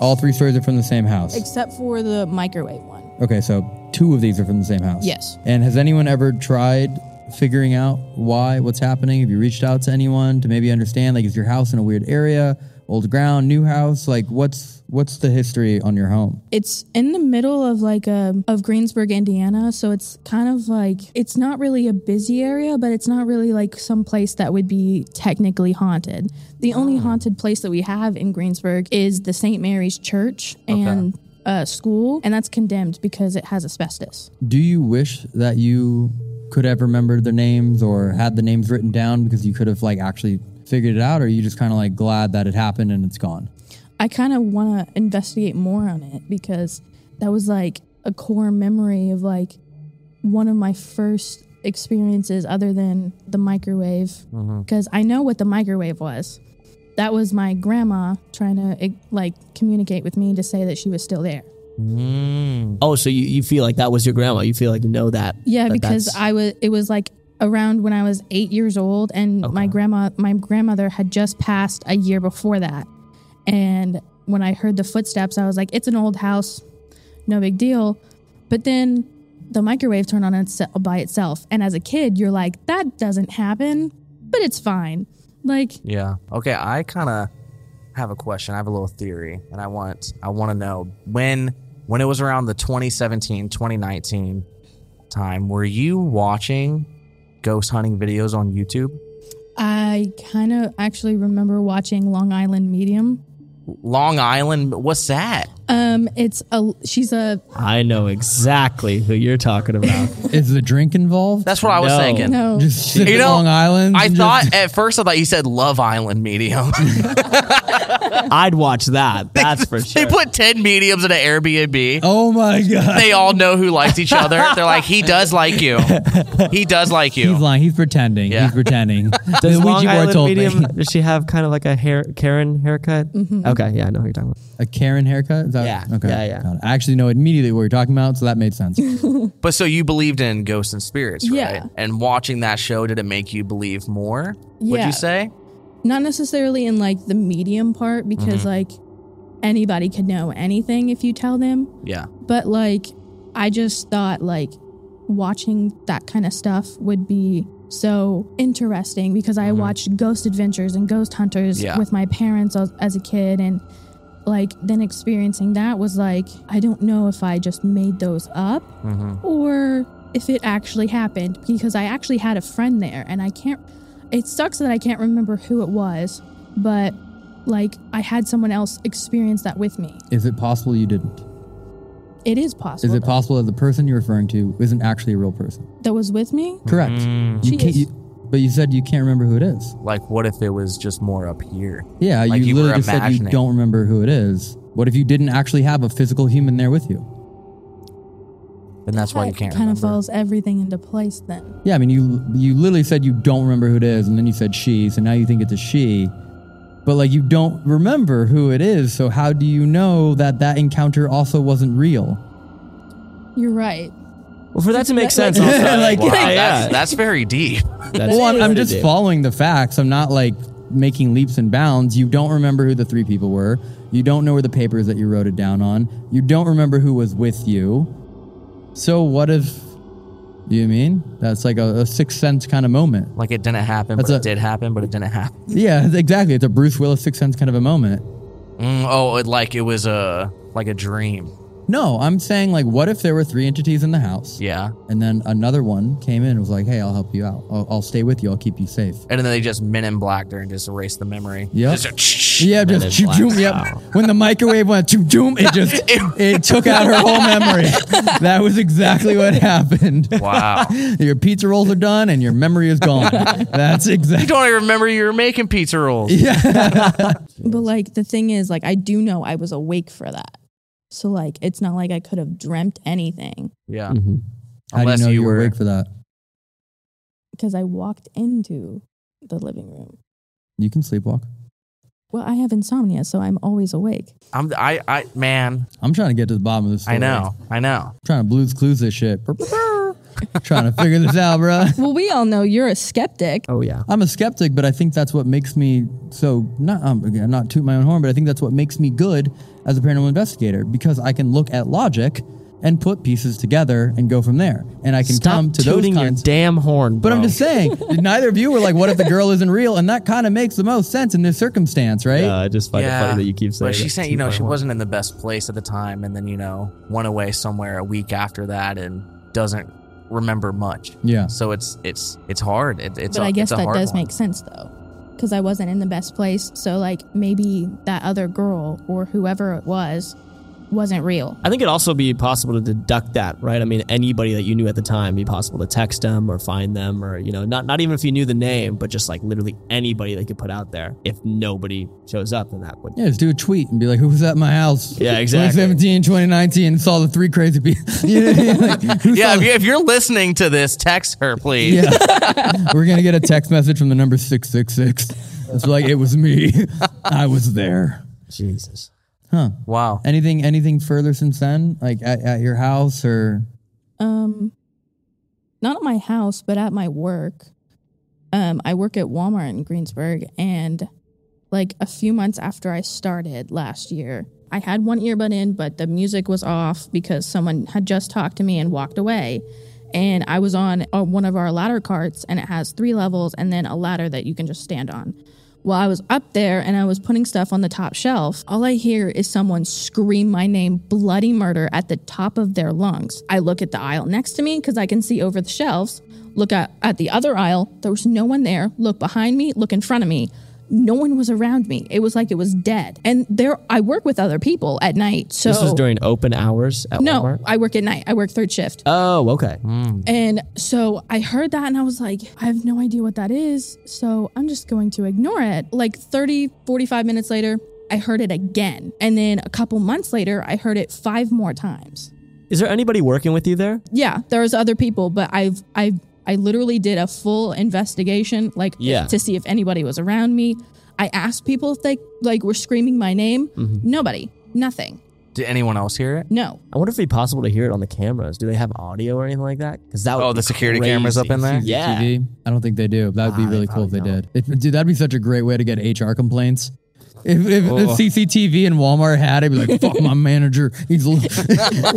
All three stories are from the same house.
except for the microwave one.
Okay, so two of these are from the same house.
Yes.
And has anyone ever tried figuring out why, what's happening? Have you reached out to anyone to maybe understand? Like, is your house in a weird area, old ground, new house? Like, what's what's the history on your home?
It's in the middle of like um of Greensburg, Indiana, so it's kind of like it's not really a busy area, but it's not really like some place that would be technically haunted. The only haunted place that we have in Greensburg is the St. Mary's Church and uh, school, and that's condemned because it has asbestos.
Do you wish that you could have remembered their names or had the names written down because you could have like actually figured it out, or are you just kind of like glad that it happened and it's gone?
I kind of want to investigate more on it because that was like a core memory of like one of my first experiences other than the microwave
Mhm.
because I know what the microwave was. That was my grandma trying to eh, like communicate with me to say that she was still there.
Oh, so you, you feel like that was your grandma? You feel like you know that?
Yeah,
that
because
that's-
I was it was like around when I was 8 years old and my grandma my grandmother had just passed a year before that. And when I heard the footsteps, I was like it's an old house. No big deal. But then the microwave turned on itse- by itself and as a kid you're like that doesn't happen, but it's fine. Like
Yeah. Okay, I kind of have a question. I have a little theory and I want I want to know when when it was around the 2017, 2019 time, were you watching ghost hunting videos on YouTube?
I kind of actually remember watching Long Island Medium.
Long Island, what's that?
Um it's a she's a
I know exactly who you're talking about.
Is the drink involved?
That's what I was
No.
thinking.
no
Just sit at Long Island.
I
and just-
thought at first I thought you said Love Island medium.
I'd watch that. That's for sure.
they put 10 mediums in an Airbnb.
Oh my god.
They all know who likes each other. They're like, he does like you. He does like you.
He's lying. He's pretending.
Yeah.
He's pretending.
Does
the
Long
Ouija board
Island
told
medium?
me.
Does she have kind of like a hair Karen haircut?
Mm-hmm.
Okay, yeah, I know who you're talking about.
A Karen haircut? Is that,
Yeah.
Okay.
Yeah, yeah.
Got it. I actually know immediately what you're talking about, so that made sense.
But so you believed in ghosts and spirits, right?
Yeah.
And watching that show, did it make you believe more? Would
Yeah.
you say?
not necessarily in like the medium part because
Mhm.
like anybody could know anything if you tell them
Yeah.
but like i just thought like watching that kind of stuff would be so interesting because i
Mm-hmm.
watched ghost adventures and ghost hunters
Yeah.
with my parents as, as a kid and like then experiencing that was like i don't know if i just made those up
Mm-hmm.
or if it actually happened because I actually had a friend there and I can't it sucks that I can't remember who it was, but like I had someone else experience that with me.
Is it possible you didn't?
It is possible.
Is it possible that the person you're referring to isn't actually a real person?
that was with me?
Correct. You
Mm.
She
can't,
is.
you, but you said you can't remember who it is.
Like, what if it was just more up here?
Yeah,
Like
you,
you were
literally just said you
imagining.
don't remember who it is. What if you didn't actually have a physical human there with you?
And that's why you can't
That kind of
remember.
falls everything into place then.
Yeah, I mean, you you literally said you don't remember who it is, and then you said she, so now you think it's a she. But like you don't remember who it is, so how do you know that that encounter also wasn't real?
You're right.
Well, for that to make
Like-
sense,
like-
also,
Like-
Wow,
yeah,
that's,
yeah.
that's very deep.
That's
well, I'm, I'm
pretty
just
deep.
following the facts. I'm not like making leaps and bounds, you don't remember who the three people were. You don't know where the paper is that you wrote it down on. You don't remember who was with you. So what if you mean that's like a, a sixth sense kind of moment?
Like it didn't happen,
That's
but
a-
it did happen, but it didn't happen.
Yeah, exactly. It's a Bruce Willis sixth sense kind of a moment.
Mm, oh, it, like it was a like a dream.
No, I'm saying like, what if there were three entities in the house?
Yeah.
And then another one came in and was like, "Hey, I'll help you out. I'll, I'll stay with you. I'll keep you safe."
And then they just men in black there and just erased the memory.
Yep.
Just a
Yeah,
and
just
then
choom, choom,
blacked
yep. When the microwave went choom, choom, it just it took out her whole memory. That was exactly what happened.
Wow.
your pizza rolls are done and your memory is gone. That's
You
exactly.
don't even remember you were making pizza rolls.
But like the thing is, like I do know I was awake for that. So like it's not like I could have dreamt anything
Yeah.
Mm-hmm. How
Mhm.
do you
Unless
know
you
you were
were-
awake for that?
because I walked into the living room.
You can sleepwalk.
Well, I have insomnia, so I'm always awake.
I'm I I man.
I'm trying to get to the bottom of this.
I
Story.
know. I know.
I'm trying to blues clues this shit. trying to figure this out, bro.
Well, we all know you're a skeptic.
Oh yeah.
I'm a skeptic, but I think that's what makes me so not um, again, not toot my own horn, but I think that's what makes me good as a paranormal investigator because I can look at logic and put pieces together and go from there, and I can
Stop
come to those
tooting your
kinds.
damn horn.
but I'm
bro.
just saying, neither of you were like, "What if the girl isn't real?" And that kind of makes the most sense in this circumstance, right?
Uh, I just find it funny that you keep saying.
But she
that.
said, you know, she wasn't in the best place at the time, and then you know, went away somewhere a week after that, and doesn't remember much.
Yeah.
So it's it's it's hard. It, it's
but
a-
I guess
it's a
that
hard
does
one.
make sense though, because I wasn't in the best place. So like maybe that other girl or whoever it was wasn't real.
I think it'd also be possible to deduct that, right? I mean, anybody that you knew at the time, it'd be possible to text them or find them, or you know, not not even if you knew the name, but just like literally anybody they could put out there. If nobody shows up, then that would.
Yeah, just do a tweet and be like, "Who was at my house?"
Yeah, exactly.
2017, 2019, saw the three crazy people. You know what I mean? Like, who
Yeah,
saw
if, you, if you're listening to this, text her, please.
Yeah. We're gonna get a text message from the number six six six. It's like it was me. I was there.
Jesus.
Huh.
Wow.
Anything anything further since then? Like at, at your house or
Um, not at my house, but at my work. Um, I work at Walmart in Greensburg, and like a few months after I started last year, I had one earbud in, but the music was off because someone had just talked to me and walked away. And I was on uh, one of our ladder carts, and it has three levels and then a ladder that you can just stand on. Well, I was up there and I was putting stuff on the top shelf. All I hear is someone scream my name, bloody murder, at the top of their lungs. I look at the aisle next to me because I can see over the shelves. Look at, at the other aisle. There was no one there. Look behind me, look in front of me. No one was around me. It was like it was dead. And there, I work with other people at night. So
this was during open hours at
no,
Walmart.
I work at night. I work third shift.
Oh, okay.
And so I heard that and I was like, I have no idea what that is. So I'm just going to ignore it. Like 30, 45 minutes later, I heard it again. And then a couple months later, I heard it five more times.
Is there anybody working with you there?
Yeah, there was other people, but I've I I literally did a full investigation like
Yeah.
to see if anybody was around me. I asked people if they like were screaming my name.
Mhm.
Nobody. Nothing.
Did anyone else hear it?
No.
I wonder if it'd be possible to hear it on the cameras. Do they have audio or anything like that? Because that would
Oh,
be
the security
crazy.
cameras up in there?
Yeah.
TV? I don't think they do. That would be
Ah, they
really cool if they
probably
did. If, dude, that'd be such a great way to get HR complaints. If, if the
Oh.
CCTV and Walmart had it, would be like, "Fuck my manager." He's l-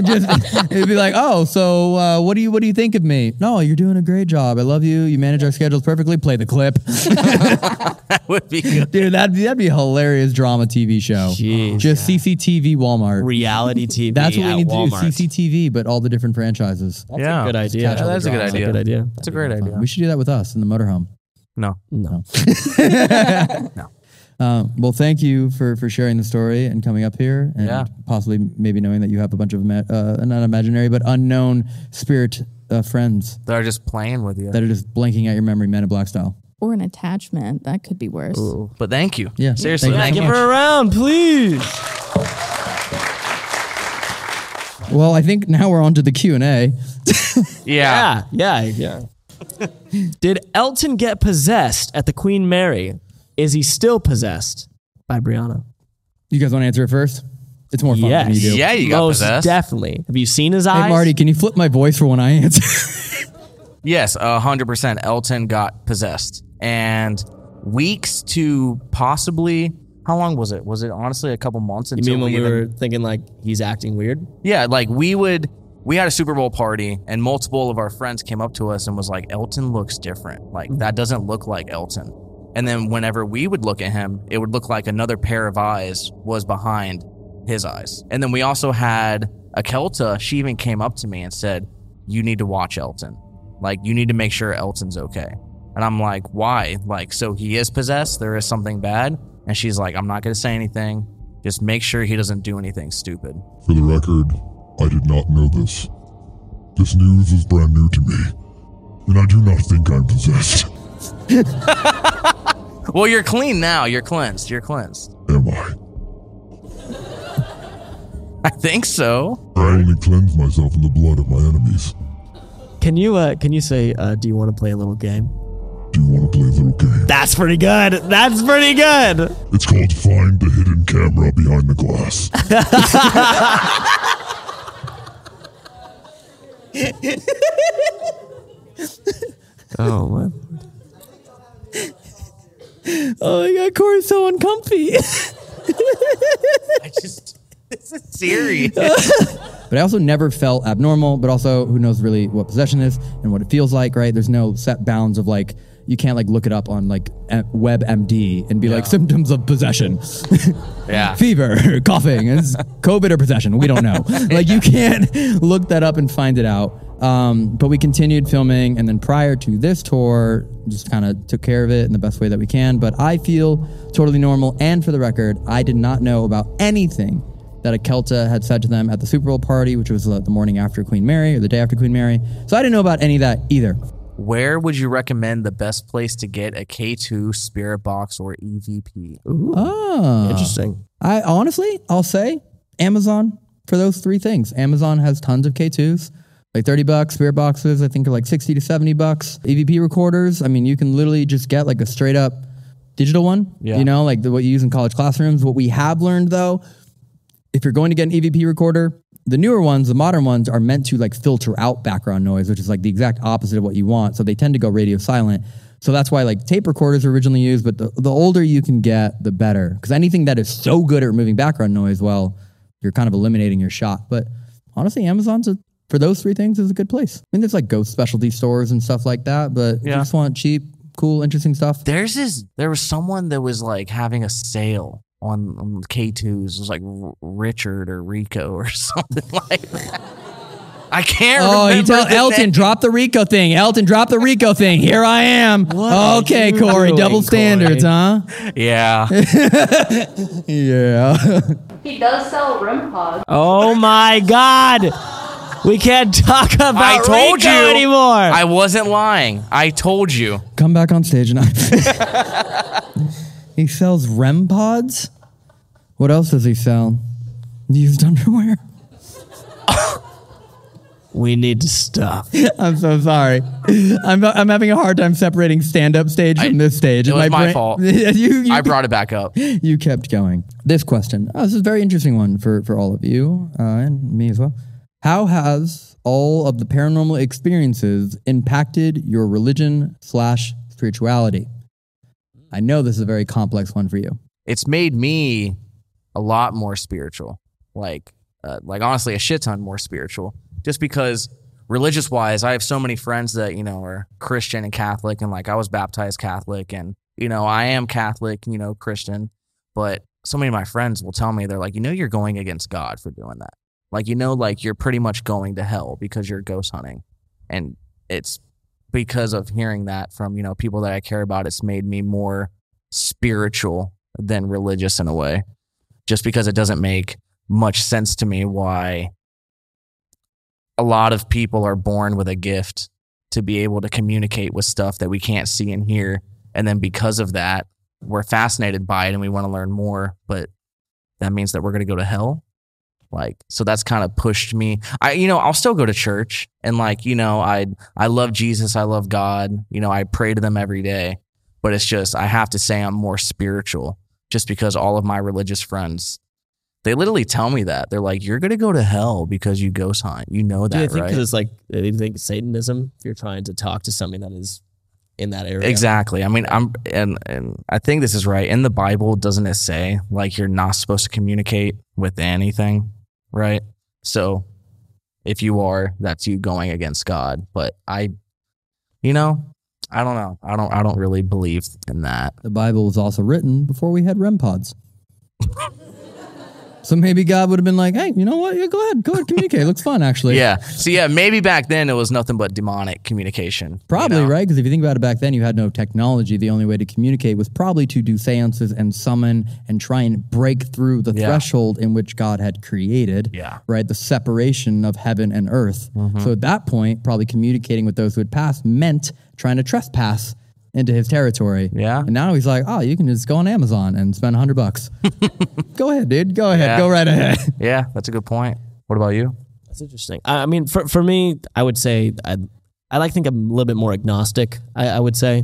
just, it'd be like, "Oh, so uh, what do you what do you think of me?" No, you're doing a great job. I love you. You manage our schedules perfectly. Play the clip.
That would be good.
Dude, that'd be, that'd be a hilarious drama TV show.
Jeez,
Just CCTV Walmart.
Reality TV.
That's what we
at
need
Walmart.
to do CCTV, but all the different franchises.
That's
Yeah.
a good idea.
Catch all the
that's a good
dramas.
idea.
Good idea.
That's a great idea.
We should do that with us in the motorhome.
No.
No.
Uh, well, thank you for, for sharing the story and coming up here and
Yeah.
possibly maybe knowing that you have a bunch of ima- uh, not imaginary but unknown spirit uh, friends
They're just playing with you.
that are just blanking out your memory, Men in Black style.
Or an attachment. That could be worse.
But thank you.
Yeah.
Seriously,
Thank you so
thank you.
Give her a round, please.
Well, I think now we're on to the Q and A.
Yeah.
Yeah, yeah, yeah. Did Elton get possessed at the Queen Mary? Is he still possessed by Brianna?
You guys want to answer it first? It's more fun
Yes.
when you do.
Yeah, you got
Most
possessed.
Definitely. Have you seen his eyes?
Hey, Marty, can you flip my voice for when I answer?
Yes, a hundred percent. Elton got possessed, and weeks to possibly how long was it? Was it honestly a couple months
You
until
mean when we
even-
were thinking like he's acting weird?
yeah, like we would we had a Super Bowl party and multiple of our friends came up to us and was like, Elton looks different. Like that doesn't look like Elton. And then whenever we would look at him, it would look like another pair of eyes was behind his eyes. And then we also had a Kelta, she even came up to me and said, You need to watch Elton. Like you need to make sure Elton's okay. And I'm like, why? Like, so he is possessed, there is something bad. And she's like, I'm not gonna say anything. Just make sure he doesn't do anything stupid.
For the record, I did not know this. This news was brand new to me, and I do not think I'm possessed.
Well, you're clean now. You're cleansed. You're cleansed.
Am I?
I think so.
I only cleanse myself in the blood of my enemies.
Can you uh can you say uh do you want to play a little game?
Do you want to play a little game?
That's pretty good. That's pretty good.
It's called Find the Hidden Camera Behind the Glass.
Oh man.
Oh my god, Corey's so uncomfy.
I just. This is serious.
but I also never felt abnormal, but also who knows really what possession is and what it feels like, right? There's no set bounds of like, you can't like look it up on like M- WebMD and be like symptoms of possession,
yeah.
fever, coughing, is COVID or possession. We don't know. Like you can't look that up and find it out. Um, but we continued filming, and then prior to this tour, just kind of took care of it in the best way that we can. But I feel totally normal. And for the record, I did not know about anything that a Kelta had said to them at the Super Bowl party, which was uh, the morning after Queen Mary or the day after Queen Mary. So I didn't know about any of that either.
Where would you recommend the best place to get a K2 spirit box or E EVP?
Oh,
Interesting.
I honestly, I'll say Amazon for those three things. Amazon has tons of K2s, like 30 bucks. Spirit boxes, I think, are like 60 to 70 bucks. EVP recorders, I mean, you can literally just get like a straight up digital one,
Yeah.
you know, like the, what you use in college classrooms. What we have learned though, if you're going to get an EVP recorder, the newer ones, the modern ones, are meant to like filter out background noise, which is like the exact opposite of what you want. So they tend to go radio silent. So that's why like tape recorders were originally used, but the, the older you can get, the better. Because anything that is so good at removing background noise, well, you're kind of eliminating your shot. But honestly, Amazon's a, for those three things is a good place. I mean, there's like ghost specialty stores and stuff like that, but if you
Yeah.
just want cheap, cool, interesting stuff.
There's this, there was someone that was like having a sale on, on K2s. It was like R- Richard or Rico or something like that. I can't
Oh,
remember.
you tell
the
Elton,
name.
drop the Rico thing. Elton, drop the Rico thing. Here I am.
What
okay,
are you
Corey,
doing,
double standards,
Corey?
huh?
Yeah.
Yeah.
He does sell rim pods.
Oh my god. We can't talk about
I told
Rico
you
anymore.
I wasn't lying. I told you.
Come back on stage and I. he sells REM pods? What else does he sell? Used underwear?
we need to stop.
I'm so sorry. I'm, I'm having a hard time separating stand up stage
I-
from this stage.
it was my
brain-
fault.
you, you-
I brought it back up.
you kept going. This question. Oh, this is a very interesting one for, for all of you uh, and me as well. How has all of the paranormal experiences impacted your religion slash spirituality? I know this is a very complex one for you.
it's made me a lot more spiritual. Like, uh, like honestly, a shit ton more spiritual. Just because religious wise, I have so many friends that you know are Christian and Catholic, and like I was baptized Catholic, and you know I am Catholic, you know Christian, but so many of my friends will tell me they're like, you know, you're going against God for doing that. Like, you know, like you're pretty much going to hell because you're ghost hunting, and it's because of hearing that from you know people that I care about. It's made me more spiritual than religious in a way, just because it doesn't make much sense to me why a lot of people are born with a gift to be able to communicate with stuff that we can't see and hear. And then because of that, we're fascinated by it and we want to learn more, but that means that we're going to go to hell. Like, so that's kind of pushed me. I, you know, I'll still go to church and like, you know, I, I love Jesus. I love God. You know, I pray to them every day but it's just I have to say I'm more spiritual just because all of my religious friends they literally tell me that they're like you're gonna go to hell because you ghost hunt you know
Do they
that
think 'cause
right
it's like they think Satanism? If you're trying to talk to something that is in that area.
Exactly. I mean, I'm and and I think this is right. In the Bible, doesn't it say like you're not supposed to communicate with anything, right? So if you are, that's you going against God. But I, you know, I don't know. I don't. I don't really believe in that.
The Bible was also written before we had REM pods. so maybe God would have been like, "Hey, you know what? Yeah, go ahead, go ahead, communicate. It looks fun, actually."
Yeah. So yeah, maybe back then it was nothing but demonic communication.
Probably right because if you think about it, back then you had no technology. The only way to communicate was probably to do seances and summon and try and break through the
Yeah.
threshold in which God had created.
Yeah.
Right, the separation of heaven and earth.
Mhm.
So at that point, probably communicating with those who had passed meant trying to trespass into his territory. Yeah. And now he's like, oh, you can just go on Amazon and spend a hundred bucks. go ahead, dude. Go ahead.
Yeah.
Go right ahead.
Yeah, that's a good point. What about you?
That's interesting. I, I mean, for for me, I would say I I like think I'm a little bit more agnostic. I, I would say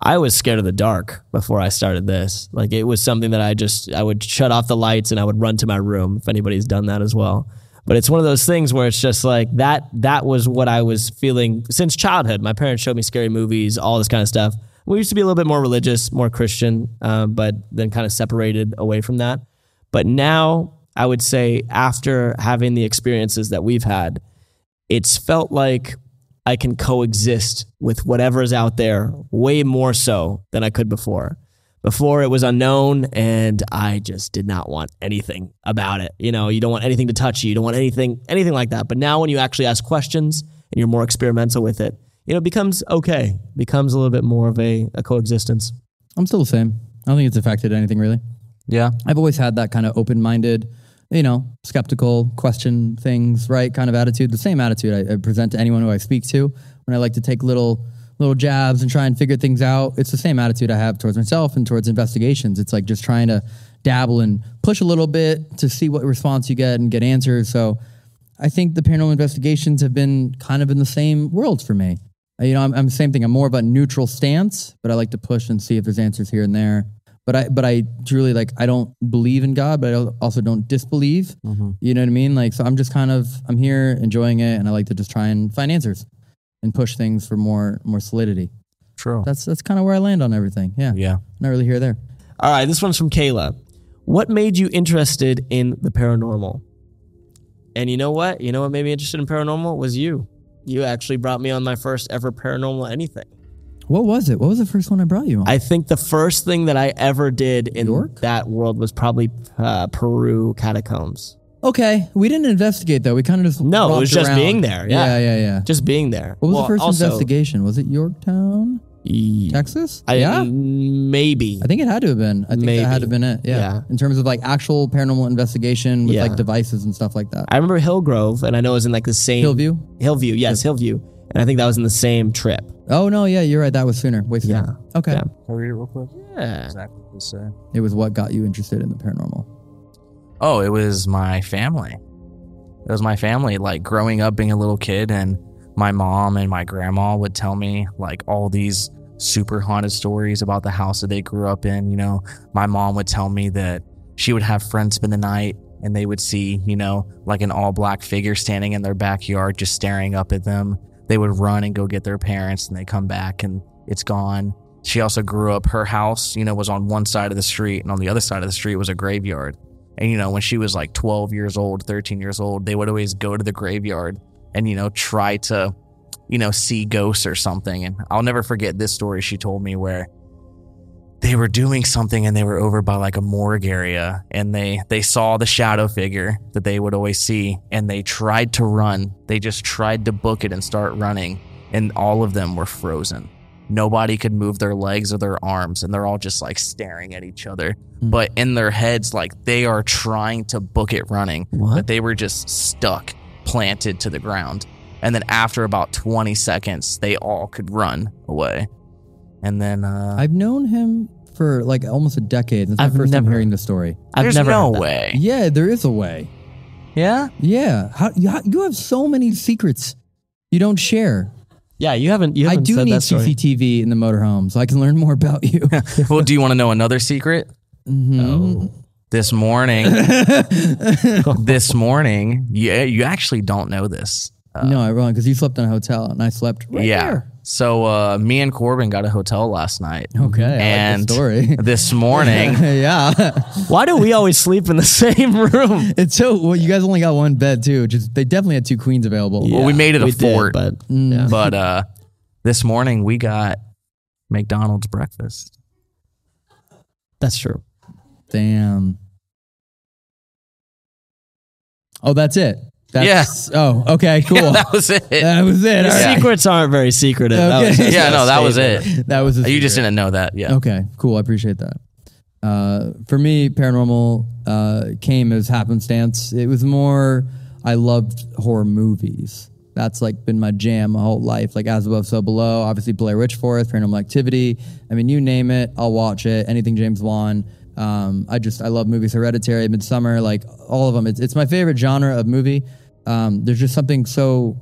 I was scared of the dark before I started this. Like it was something that I just I would shut off the lights and I would run to my room. If anybody's done that as well. But it's one of those things where it's just like that. That was what I was feeling since childhood. My parents showed me scary movies, all this kind of stuff. We used to be a little bit more religious, more Christian, um, but then kind of separated away from that. But now I would say after having the experiences that we've had, it's felt like I can coexist with whatever is out there way more so than I could before. Before it was unknown and I just did not want anything about it. You know, you don't want anything to touch you, you don't want anything anything like that. But now when you actually ask questions and you're more experimental with it, you know, it becomes okay. Becomes a little bit more of a, a coexistence.
I'm still the same. I don't think it's affected anything really.
Yeah.
I've always had that kind of open minded, you know, skeptical, question things, right? Kind of attitude. The same attitude I, I present to anyone who I speak to when I like to take little little jabs and try and figure things out. It's the same attitude I have towards myself and towards investigations. It's like just trying to dabble and push a little bit to see what response you get and get answers. So I think the paranormal investigations have been kind of in the same world for me. Uh, You know, I'm, I'm the same thing. I'm more of a neutral stance, but I like to push and see if there's answers here and there. But I, but I truly like I don't believe in God, but I al- also don't disbelieve.
Mm-hmm.
You know what I mean? Like, so I'm just kind of I'm here enjoying it, and I like to just try and find answers and push things for more more solidity.
True.
That's that's kind of where I land on everything. Yeah.
Yeah.
Not really here or there.
All right, this one's from Kayla. What made you interested in the paranormal? And you know what? You know what made me interested in paranormal was you. You actually brought me on my first ever paranormal anything.
What was it? What was the first one I brought you on?
I think the first thing that I ever did in that world was probably uh, Peru catacombs.
okay, we didn't investigate though. We kind of just
No, it was
walked
just
around.
being there.
yeah,
Yeah.
yeah. yeah.
Just being there.
What was
Well,
the first
also-
investigation? Was it Yorktown, Texas?
I-
yeah,
maybe.
I think it had to have been. I think
Maybe.
that had to have been it. Yeah.
Yeah.
in terms of like actual paranormal investigation with
Yeah.
like devices and stuff like that.
I remember Hillgrove, and I know it was in like the same
Hillview?
Hillview, yes, Hillview, and I think that was in the same trip.
Oh no, yeah, you're right. That was sooner. Way sooner. Yeah. Okay.
Yeah.
Can I read it real quick?
Yeah.
Exactly what they say.
It was what got you interested in the paranormal.
Oh, it was my family. It was my family. Like growing up, being a little kid, and my mom and my grandma would tell me like all these super haunted stories about the house that they grew up in. You know, my mom would tell me that she would have friends spend the night and they would see, you know, like an all black figure standing in their backyard just staring up at them. They would run and go get their parents and they come back and it's gone. She also grew up, her house, you know, was on one side of the street and on the other side of the street was a graveyard. And, you know, when she was like 12 years old, 13 years old, they would always go to the graveyard and, you know, try to, you know, see ghosts or something. And I'll never forget this story she told me where they were doing something and they were over by like a morgue area and they they saw the shadow figure that they would always see and they tried to run they just tried to book it and start running and all of them were frozen nobody could move their legs or their arms and they're all just like staring at each other but in their heads like they are trying to book it running but they were just stuck planted to the ground and then after about 20 seconds they all could run away and then uh
I've known him for like almost a decade. That's my
I've
first time
never-
hearing the story.
I've There's never no heard that. way.
Yeah, there is a way.
Yeah.
Yeah. How, you, how- you have so many secrets you don't share.
Yeah, you haven't. You
I
haven't
do
said
need
that story.
CCTV in the motorhome so I can learn more about you.
well, do you want to know another secret? Oh.
Mhm.
This morning, this morning, yeah, you actually don't know this.
Um, no, I wrong because you slept in a hotel and I slept right
yeah.
there.
So uh, me and Corbin got a hotel last night.
Okay, I like this
and
story.
this morning,
yeah.
Why do we always sleep in the same room?
It's so well. You guys only got one bed too. Just they definitely had two queens available. Mm,
well, we made it a
we did,
fort,
but-
but, uh, this morning we got McDonald's breakfast.
That's true.
Damn. Oh, that's it. That's, yeah. Oh, okay. Cool.
Yeah, that was it.
That was it.
The
All right.
secrets aren't very secretive. That was
Okay.
just
yeah,
a
no, that was
statement.
it.
That was a
you just
secret.
didn't know that. Yeah.
Okay, cool. I appreciate that. Uh, for me, paranormal uh, came as happenstance. It was more I loved horror movies. That's like been my jam my whole life. Like As Above, So Below, obviously Blair Witch Forest, Paranormal Activity. I mean, you name it, I'll watch it. Anything James Wan. Um, I just I love movies. Hereditary, Midsummer, like all of them. It's, it's my favorite genre of movie. Um, there's just something so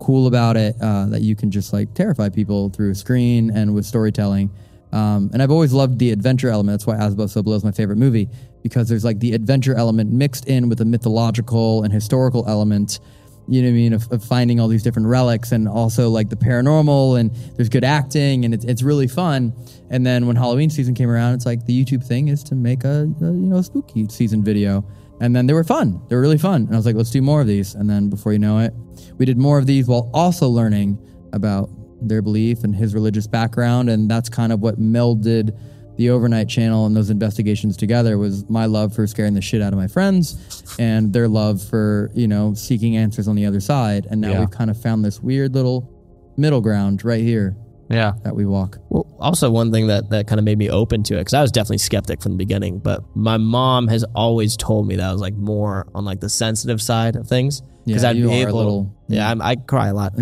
cool about it uh, that you can just like terrify people through screen and with storytelling. Um, and I've always loved the adventure element. That's why As Above, So Below is my favorite movie because there's like the adventure element mixed in with the mythological and historical element. You know what I mean? Of, of finding all these different relics and also like the paranormal and there's good acting and it's, it's really fun. And then when Halloween season came around, it's like the YouTube thing is to make a, a you know spooky season video. And then they were fun. They were really fun. And I was like, let's do more of these. And then before you know it, we did more of these while also learning about their belief and his religious background. And that's kind of what melded the overnight channel and those investigations together was my love for scaring the shit out of my friends and their love for, you know, seeking answers on the other side. And now
Yeah.
we've kind of found this weird little middle ground right here
Yeah.
that we walk.
Well, also one thing that, that kind of made me open to it because I was definitely skeptic from the beginning, but my mom has always told me that I was like more on like the sensitive side of things because
Yeah,
I'd
you
be
are a
able.
little-
yeah, I'm, I cry a lot,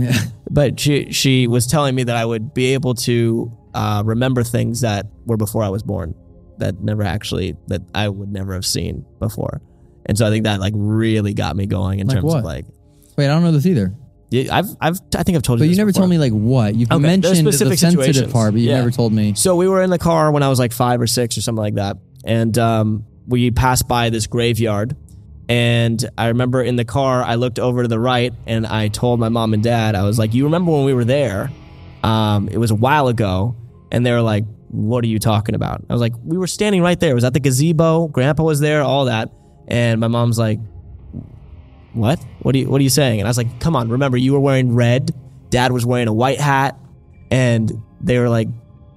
but she she was telling me that I would be able to uh, remember things that were before I was born that never actually that I would never have seen before, and so I think that like really got me going in
Like
terms
what?
of like
Wait, I don't know this either.
yeah, I've I've I think I've told you,
But you
this
never
before.
told me like what. You've
Okay, there's
mentioned the
specific
sensitive
situations.
part, but you
Yeah.
never told me.
So we were in the car when I was like five or six or something like that, and um, we passed by this graveyard. And I remember in the car, I looked over to the right, and I told my mom and dad, I was like, "You remember when we were there? Um, it was a while ago." And they were like, "What are you talking about?" I was like, "We were standing right there. It was at the gazebo. Grandpa was there. All that." And my mom's like, what? What are you what are you saying? And I was like, come on, remember you were wearing red, dad was wearing a white hat, and they were like,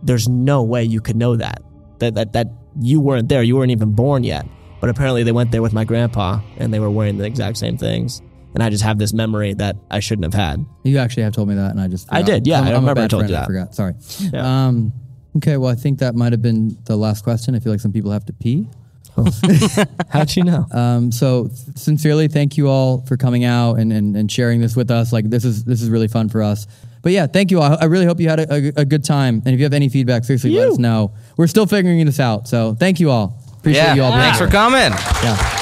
There's no way you could know that. That that that you weren't there, you weren't even born yet. But apparently they went there with my grandpa and they were wearing the exact same things. And I just have this memory that I shouldn't have had.
You actually have told me that, and I just
I
forgot.
did, yeah,
I'm,
I
I'm a
remember I
bad
told you
friend,
that.
I forgot. Sorry. Um, okay. Well, I think that might have been the last question. I feel like some people have to pee.
How'd you know?
Um, so s- sincerely, thank you all for coming out and, and, and sharing this with us. Like this is this is really fun for us. But yeah, thank you. all. I really hope you had a, a, a good time. And if you have any feedback, seriously, let us know. We're still figuring this out. So thank you all. Appreciate
yeah.
you all. being
Thanks
here.
for coming.
Yeah.